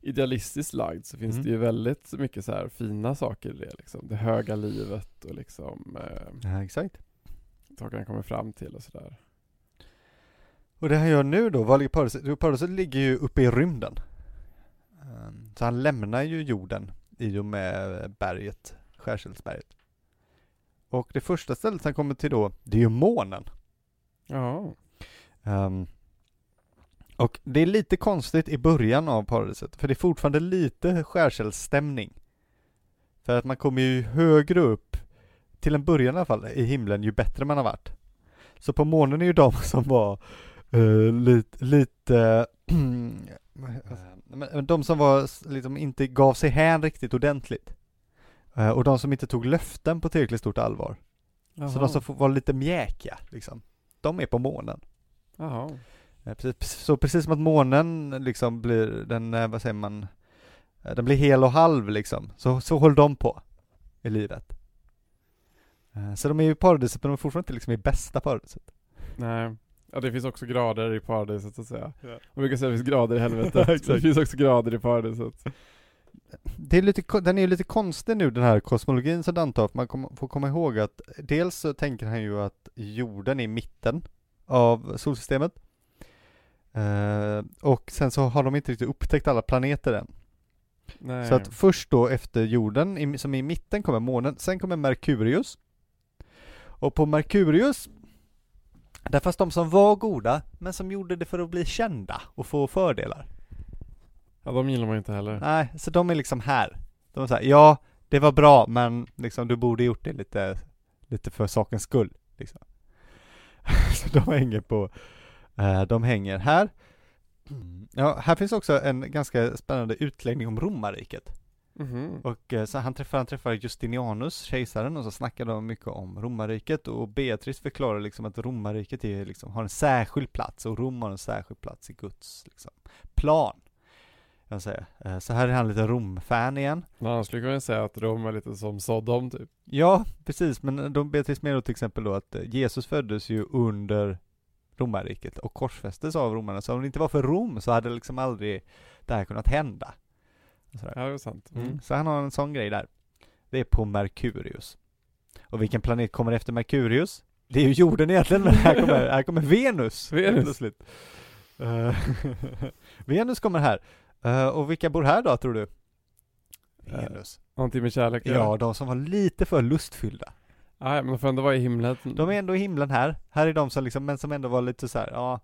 idealistiskt lagd så finns Mm. det ju väldigt mycket så här fina saker i det liksom. Det höga livet och liksom eh, Ja, exakt. saker han kommer fram till och sådär. Och det han gör nu då, var ligger Paradise? Jo, Paradise ligger ju uppe i rymden. Ehm, Så han lämnar ju jorden i och med berget, Skärseldsberget. Och det första stället han kommer till då, det är ju månen. Ja. Ehm, och det är lite konstigt i början av paradiset, för det är fortfarande lite skärselstämning. För att man kommer ju högre upp, till en början i alla fall, i himlen ju bättre man har varit. Så på månen är ju de som var eh, lite, lite eh, men de som var, s- liksom inte gav sig hän riktigt ordentligt. Eh, och de som inte tog löften på tillräckligt stort allvar. Så de som f- var lite mjäkiga, liksom, de är på månen. Jaha. Eh, precis- Så precis som att månen liksom blir, den, eh, vad säger man, eh, den blir hel och halv liksom, så, så håller de på i livet. Eh, Så de är ju i paradiset men de är fortfarande inte liksom i bästa paradiset. Nej. Ja, det finns också grader i paradiset så att säga. Ja. Man brukar säga att det finns grader i helvetet. Exakt. Det finns också grader i paradiset. Det är lite, ko- den är ju lite konstig nu den här kosmologin som Dante har, för man kom, får komma ihåg att dels så tänker han ju att jorden är i mitten av solsystemet. Eh, och sen så har de inte riktigt upptäckt alla planeter än. Nej. Så att först då efter jorden, i- som är i mitten, kommer månen, sen kommer Merkurius. Och på Merkurius, där fanns de som var goda, men som gjorde det för att bli kända och få fördelar. Ja, de gillar man ju inte heller. Nej, så de är liksom här. De säger ja, det var bra, men liksom du borde gjort det lite, lite för sakens skull. Liksom. så de hänger på, eh, de hänger här. Ja, här finns också en ganska spännande utläggning om romarriket. Mhm. Och eh, så han träffar, han träffar Justinianus, kejsaren, och så snackar de mycket om romarriket och Beatrice förklarar liksom att romarriket är, liksom, har en särskild plats och Rom har en särskild plats i Guds liksom, plan. Jag säger. Eh, Så här är han lite Rom-fan igen. Men Annars skulle man ju säga att Rom är lite som Sodom typ. Ja, precis, men de Beatrice menar då till exempel då att eh, Jesus föddes ju under romarriket och korsfästes av romarna, så om det inte var för Rom så hade liksom aldrig det här kunnat hända. Och sådär. Ja, det är sant. Mm. Mm. Så han har en sån grej där. Det är på Merkurius. Och vilken planet kommer efter Merkurius? Det är ju jorden egentligen, men här kommer, här kommer Venus. Venus. Plötsligt. Eh, Venus kommer här. Eh, och vilka bor här då, tror du? Venus. Någonting med kärlek att ja, göra. de som var lite för lustfyllda. Nej, men de får ändå vara i himlen. De är ändå i himlen här. Här är de som liksom, men som ändå var lite så här, ja,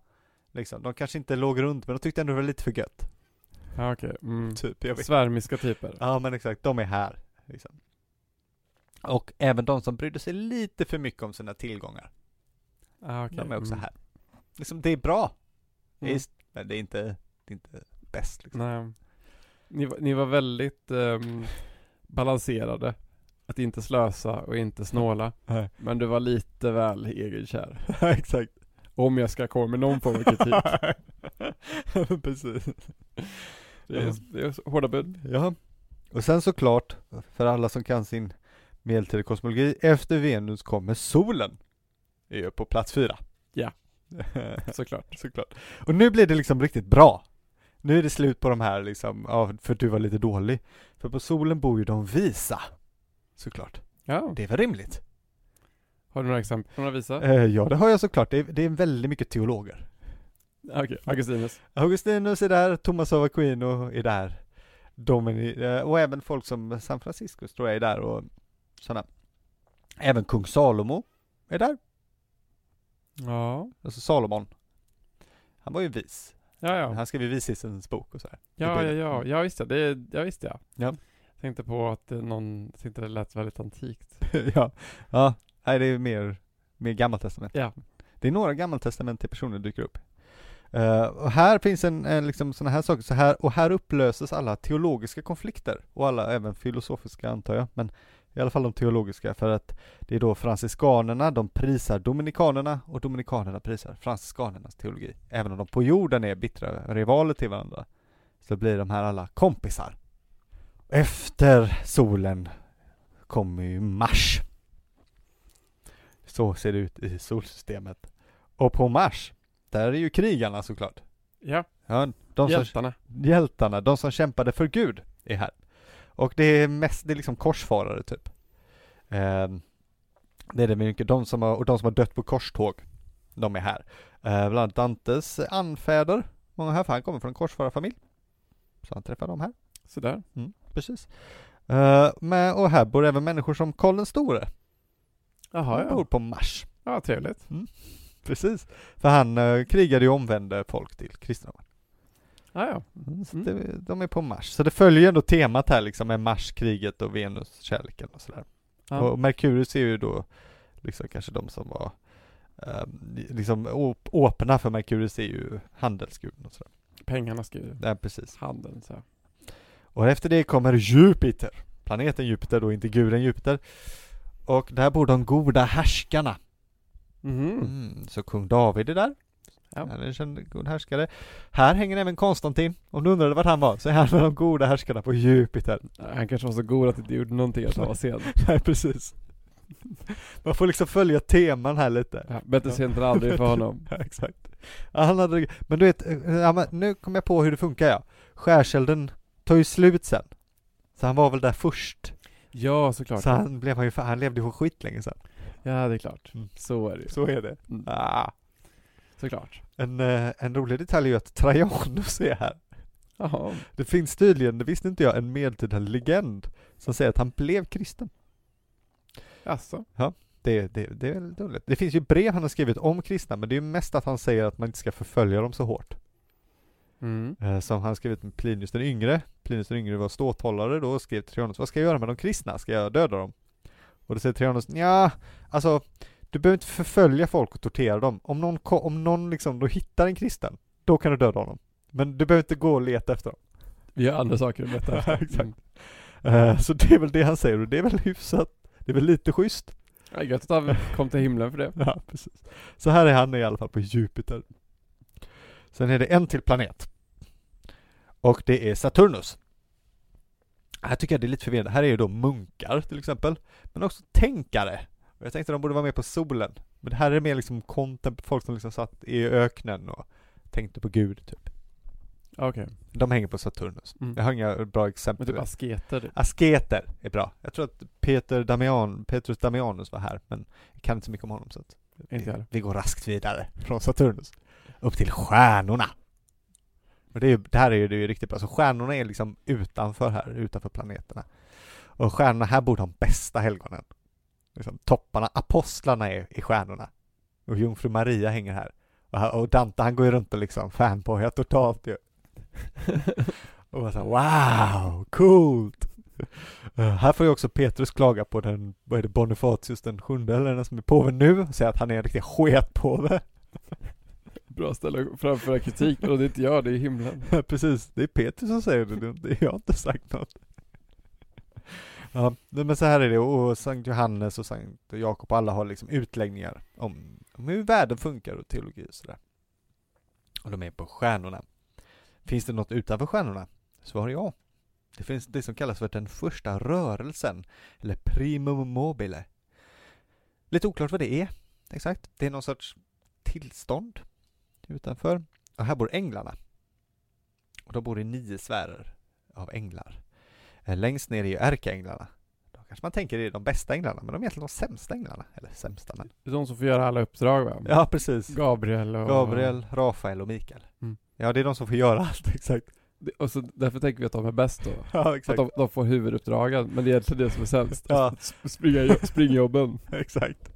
liksom, de kanske inte låg runt, men de tyckte ändå det var lite för gött. Ja, okej. Mm. Typ, jag vet Svärmiska typer. Ja men exakt, de är här. Liksom. Och även de som brydde sig lite för mycket om sina tillgångar, Ah, okej. de är också Mm. här. Liksom, det är bra, Mm. visst, men det är inte, det är inte bäst. Liksom. Nej. Ni, var- ni var väldigt ehm, balanserade. Att inte slösa och inte snåla. Nej. Men du var lite väl egenkär. exakt. Om jag ska komma med någon form av kritik. Precis. Det är, det är hårda bud. Mm. Ja. Och sen såklart, för alla som kan sin medeltida kosmologi, efter Venus kommer solen. Det är ju på plats fyra. Ja. Såklart. Såklart. Och nu blir det liksom riktigt bra. Nu är det slut på de här liksom, ja, för du var lite dålig. För på solen bor ju de visa. Såklart. Ja. Det är väl rimligt? Har du några exempel? Några visa? Eh, ja, det har jag såklart. Det är, det är väldigt mycket teologer. Ah, Okej, Augustinus. Augustinus är där, Thomas av Aquino är där. Domini, eh, och även folk som San Francisco tror jag är där och sådana. Även kung Salomo är där. Ja. Alltså Salomon. Han var ju vis. Ja, ja. Han skrev ju Vishissens bok och så här. Ja, ja, ja. Ja, visst ja. Det är, ja, visst Typ. Mm. ja. Ja. Tänkte på att det är någon, tänkte det lät väldigt antikt. ja, ja, nej det är mer, mer gammaltestament. Ja. Det är några gammaltestamentliga personer dyker upp. Eh, och här finns en, en liksom sådana här saker, så här, och här upplöses alla teologiska konflikter och alla även filosofiska antar jag, men i alla fall de teologiska för att det är då franciskanerna, de prisar dominikanerna och dominikanerna prisar franciskanernas teologi. Även om de på jorden är bittra rivaler till varandra så blir de här alla kompisar. Efter solen kommer ju Mars. Så ser det ut i solsystemet. Och på Mars, där är ju krigarna såklart. Ja, Ja, de som, hjältarna. hjältarna, de som kämpade för Gud är här. Och det är mest, det är liksom korsfarare typ. Ehm, det är det mycket, de som har, och de som har dött på korståg. de är här. Eh, bland annat Dantes anfäder, många här, för han kommer från en korsfararfamilj. Så han träffar dem här. Sådär. Precis. Eh, men, och här bor även människor som Karl den store. Jaha, Han bor ja. på Mars. Ja, trevligt. Precis. För han eh, krigade ju och omvände folk till kristendomen. Ja, ja. Mm. Så typ. det, de är på Mars. Så det följer ju ändå temat här liksom med Marskriget och Venuskärleken och sådär. ja. Och Merkurius är ju då liksom kanske de som var eh, liksom åp- åpna för Merkurius är ju handelsguden och sådär. Pengarna skriver Nej, precis. handeln så. här. Och efter det kommer Jupiter. Planeten Jupiter då, inte guden Jupiter. Och där bor de goda härskarna. Mhm. Mm, så kung David är där. Ja. Han är en känd god härskare. Här hänger även Konstantin. Om du undrade vart han var, så är han en av de goda härskarna på Jupiter. Han kanske var så god att det inte gjorde någonting att han var sen. Nej, precis. Man får liksom följa teman här lite. Ja, bättre sent än aldrig för honom. Ja, exakt. Ja, han hade, men du vet, eh, ja, men nu kom jag på hur det funkar ja. Skärselden tar ju slut sen. Så han var väl där först. Ja, såklart. Så han, blev han, ju, han levde ju skit länge sen. Ja, det är klart. Mm. Så är det ju. Så är det. Mm. Ah. Såklart. En, eh, en rolig detalj är ju att Trajanus är här. Jaha. Det finns tydligen, det visste inte jag, en medeltida legend som säger att han blev kristen. Jaså? Det, det, det är väl dåligt. Det finns ju brev han har skrivit om kristna, men det är ju mest att han säger att man inte ska förfölja dem så hårt. Mm. Eh, Som han skrivit med Plinius den yngre. Plinius den yngre var ståthållare då och skrev till Trianus, vad ska jag göra med de kristna? Ska jag döda dem? Och då säger Trianus, ja, alltså du behöver inte förfölja folk och tortera dem. Om någon, ko- om någon liksom då hittar en kristen, då kan du döda honom. Men du behöver inte gå och leta efter dem. Vi gör andra saker än detta. Ja, exakt. Mm. Eh, Så det är väl det han säger och det är väl hyfsat, det är väl lite schysst. Ja, gött att han kom till himlen för det. Ja, precis. Så här är han i alla fall på Jupiter. Sen är det en till planet. Och det är Saturnus. Här tycker jag det är lite förvirrande. Här är ju då munkar till exempel. Men också tänkare. Och Jag tänkte de borde vara med på solen. Men det här är mer liksom kontemp- folk som liksom satt i öknen och tänkte på Gud typ. Okej. De hänger på Saturnus. Mm. Jag har inga bra exempel. Men typ asketer. typ. Asketer är bra. Jag tror att Peter Damian, Petrus Damianus var här, men jag kan inte så mycket om honom så att Inte jag. vi går raskt vidare från Saturnus upp till stjärnorna. Och det, är, ju- det här är ju, det är ju riktigt bra, så stjärnorna är liksom utanför här, utanför planeterna. Och stjärnorna, här bor de bästa helgonen. Liksom topparna, apostlarna är i stjärnorna. Och jungfru Maria hänger här. Och, här- och Dante han går ju runt och liksom fanboyar totalt ju. och bara så här, wow, coolt! Eh, här får ju också Petrus klaga på den, vad är det, Bonifatius den sjunde eller den som är påve nu, och säga att han är en riktig sketpåve. Bra ställe att framföra kritik, men det är inte jag, det är himlen. Ja, Precis, det är Peter som säger det, det- det, jag har inte sagt något. Ja, nej, men så här är det, och Sankt Johannes och Sankt Jakob, alla har liksom utläggningar om, om hur världen funkar och teologi och sådär. Och de är på stjärnorna. Finns det något utanför stjärnorna? Svar ja. Det finns det som kallas för den första rörelsen, eller primum mobile. Lite oklart vad det är, exakt. Det är någon sorts tillstånd utanför. Och här bor änglarna. Och de bor i nio sfärer av änglar. Eh, Längst ner är ju ärkeänglarna. Då kanske man tänker det är de bästa änglarna, men de är egentligen de sämsta änglarna. Eller sämsta men. Det är de som får göra alla uppdrag va? Ja, precis. Gabriel och... Gabriel, Rafael och Mikael. Mm. Ja, det är de som får göra allt, exakt. Det- Och så därför tänker vi att de är bäst då. Ja, För att exakt. de, de får huvuduppdragen, men det är egentligen det som är sämst. Ja. S- Springa, springjobben. Exakt.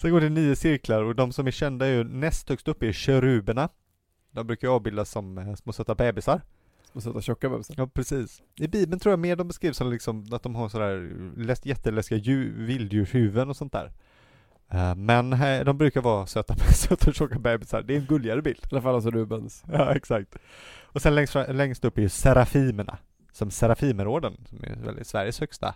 Sen går det nio cirklar och de som är kända är ju näst högst upp är keruberna. De brukar ju avbildas som eh, små söta bebisar. Och sätta tjocka bebisar. Ja, precis. I Bibeln tror jag mer de beskrivs som liksom att de har sådär läs- jätteläskiga djur, vilddjurshuvuden och sånt där. Eh, Men här, de brukar vara söta, söta och tjocka bebisar. Det är en gulligare bild. I alla fall alltså Rubens. Ja, exakt. Och sen längst, fra- längst upp är ju serafimerna, som serafimerorden, som är väl Sveriges högsta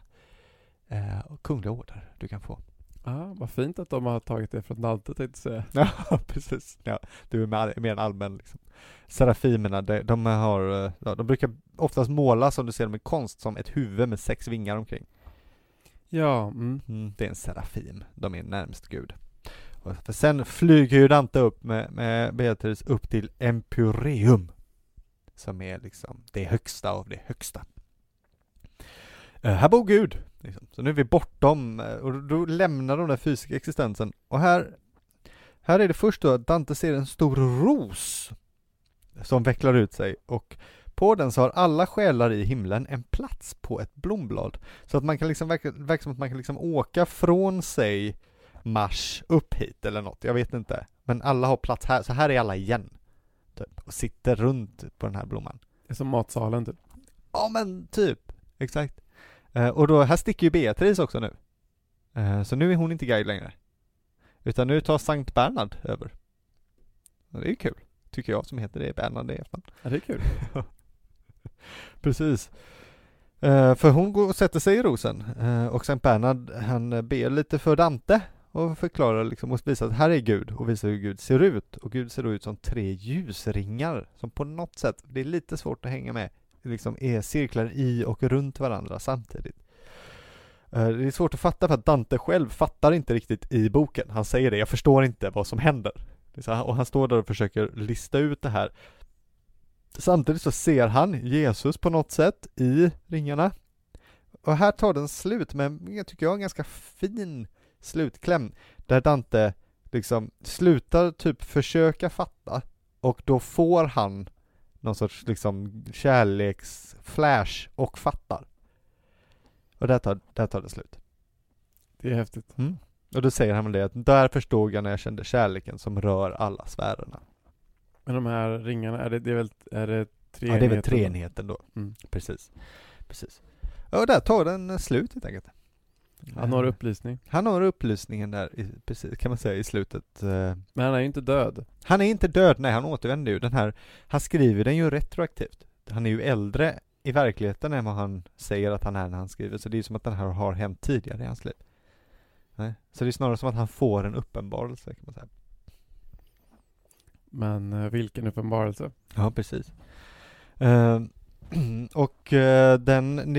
eh, och kungliga order du kan få. Ah, vad fint att de har tagit det från Dante tänkte jag säga. Ja, precis. Ja, det är mer- mer en allmän liksom. Serafimerna, de, de har, eh, ja, de brukar oftast måla som du ser dem i konst som ett huvud med sex vingar omkring. Ja, mm. Mm, det är en serafim, de är närmst Gud. Och för sen flyger ju Dante upp med, med Beatrice upp till Empyreum, som är liksom det högsta av det högsta. Eh, här bor Gud, liksom. så nu är vi bortom, eh, och då lämnar de den fysiska existensen. Och här Här är det först då att Dante ser en stor ros som vecklar ut sig och på den så har alla själar i himlen en plats på ett blomblad. Så att man kan liksom, verka, verka som att man kan liksom åka från sig Mars upp hit eller något, jag vet inte. Men alla har plats här, så här är alla igen. Typ, och sitter runt på den här blomman. Det är som matsalen typ. Ja men typ, exakt. Eh, och då, här sticker ju Beatrice också nu. Eh, så nu är hon inte guide längre. Utan nu tar Sankt Bernhard över. Och det är ju kul, tycker jag som heter det, Bernhard i efternamn. Ja, det är kul. Precis. Eh, för hon går och sätter sig i rosen eh, och Sankt Bernhard han eh, ber lite för Dante och förklarar liksom och visar att här är Gud och visar hur Gud ser ut och Gud ser då ut som tre ljusringar som på något sätt, det är lite svårt att hänga med, liksom är cirklar i och runt varandra samtidigt. Eh, Det är svårt att fatta för att Dante själv fattar inte riktigt i boken. Han säger det, jag förstår inte vad som händer. Det är så här- Och han står där och försöker lista ut det här Samtidigt så ser han Jesus på något sätt i ringarna. Och här tar den slut med, en, jag tycker jag, en ganska fin slutkläm. Där Dante liksom slutar typ försöka fatta och då får han någon sorts liksom kärleksflash och fattar. Och där tar, där tar det slut. Det är häftigt. Och då säger han väl det att där förstod jag när jag kände kärleken som rör alla sfärerna. Men de här ringarna, är det, det är väl, är det tre Ja, det är väl enheter? treenheten då. Mm. Precis. Precis. Ja, Och där tar den eh, slut helt enkelt. Han har upplysning. Han har upplysningen där, i, precis, kan man säga, i slutet. eh. Men han är ju inte död. Han är inte död, nej han återvänder ju. Den här, han skriver den ju retroaktivt. Han är ju äldre i verkligheten än vad han säger att han är när han skriver, så det är ju som att den här har hänt tidigare i hans liv. Nej. Så det är snarare som att han får en uppenbarelse, kan man säga. Men eh, vilken uppenbarelse. Ja, precis. Eh, och eh, den,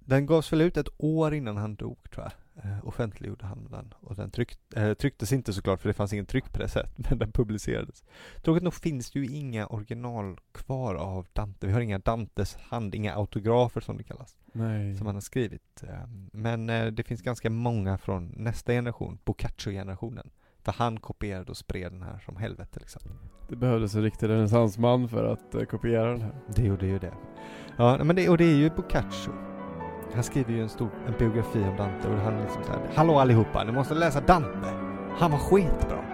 den gavs väl ut ett år innan han dog tror jag. Eh, offentliggjorde han den. Och den tryck, eh, trycktes inte såklart för det fanns ingen tryckpress än, men den publicerades. Tråkigt nog finns det ju inga original kvar av Dante. Vi har inga Dantes hand, inga autografer som det kallas, Nej. som han har skrivit. Eh, men eh, det finns ganska många från nästa generation, Boccaccio-generationen. För han kopierade och spred den här som helvete liksom. Det behövdes en riktig renässansman för att eh, kopiera den här. Det gjorde ju det. Ja, men det, och det är ju Boccaccio. Han skriver ju en stor en biografi om Dante och han är liksom såhär Hallå allihopa, ni måste läsa Dante. Han var skitbra.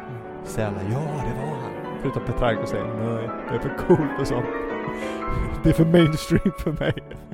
Säger alla, ja det var han. Förutom Petrarca säger nej, det är för coolt och sånt. Det är för mainstream för mig.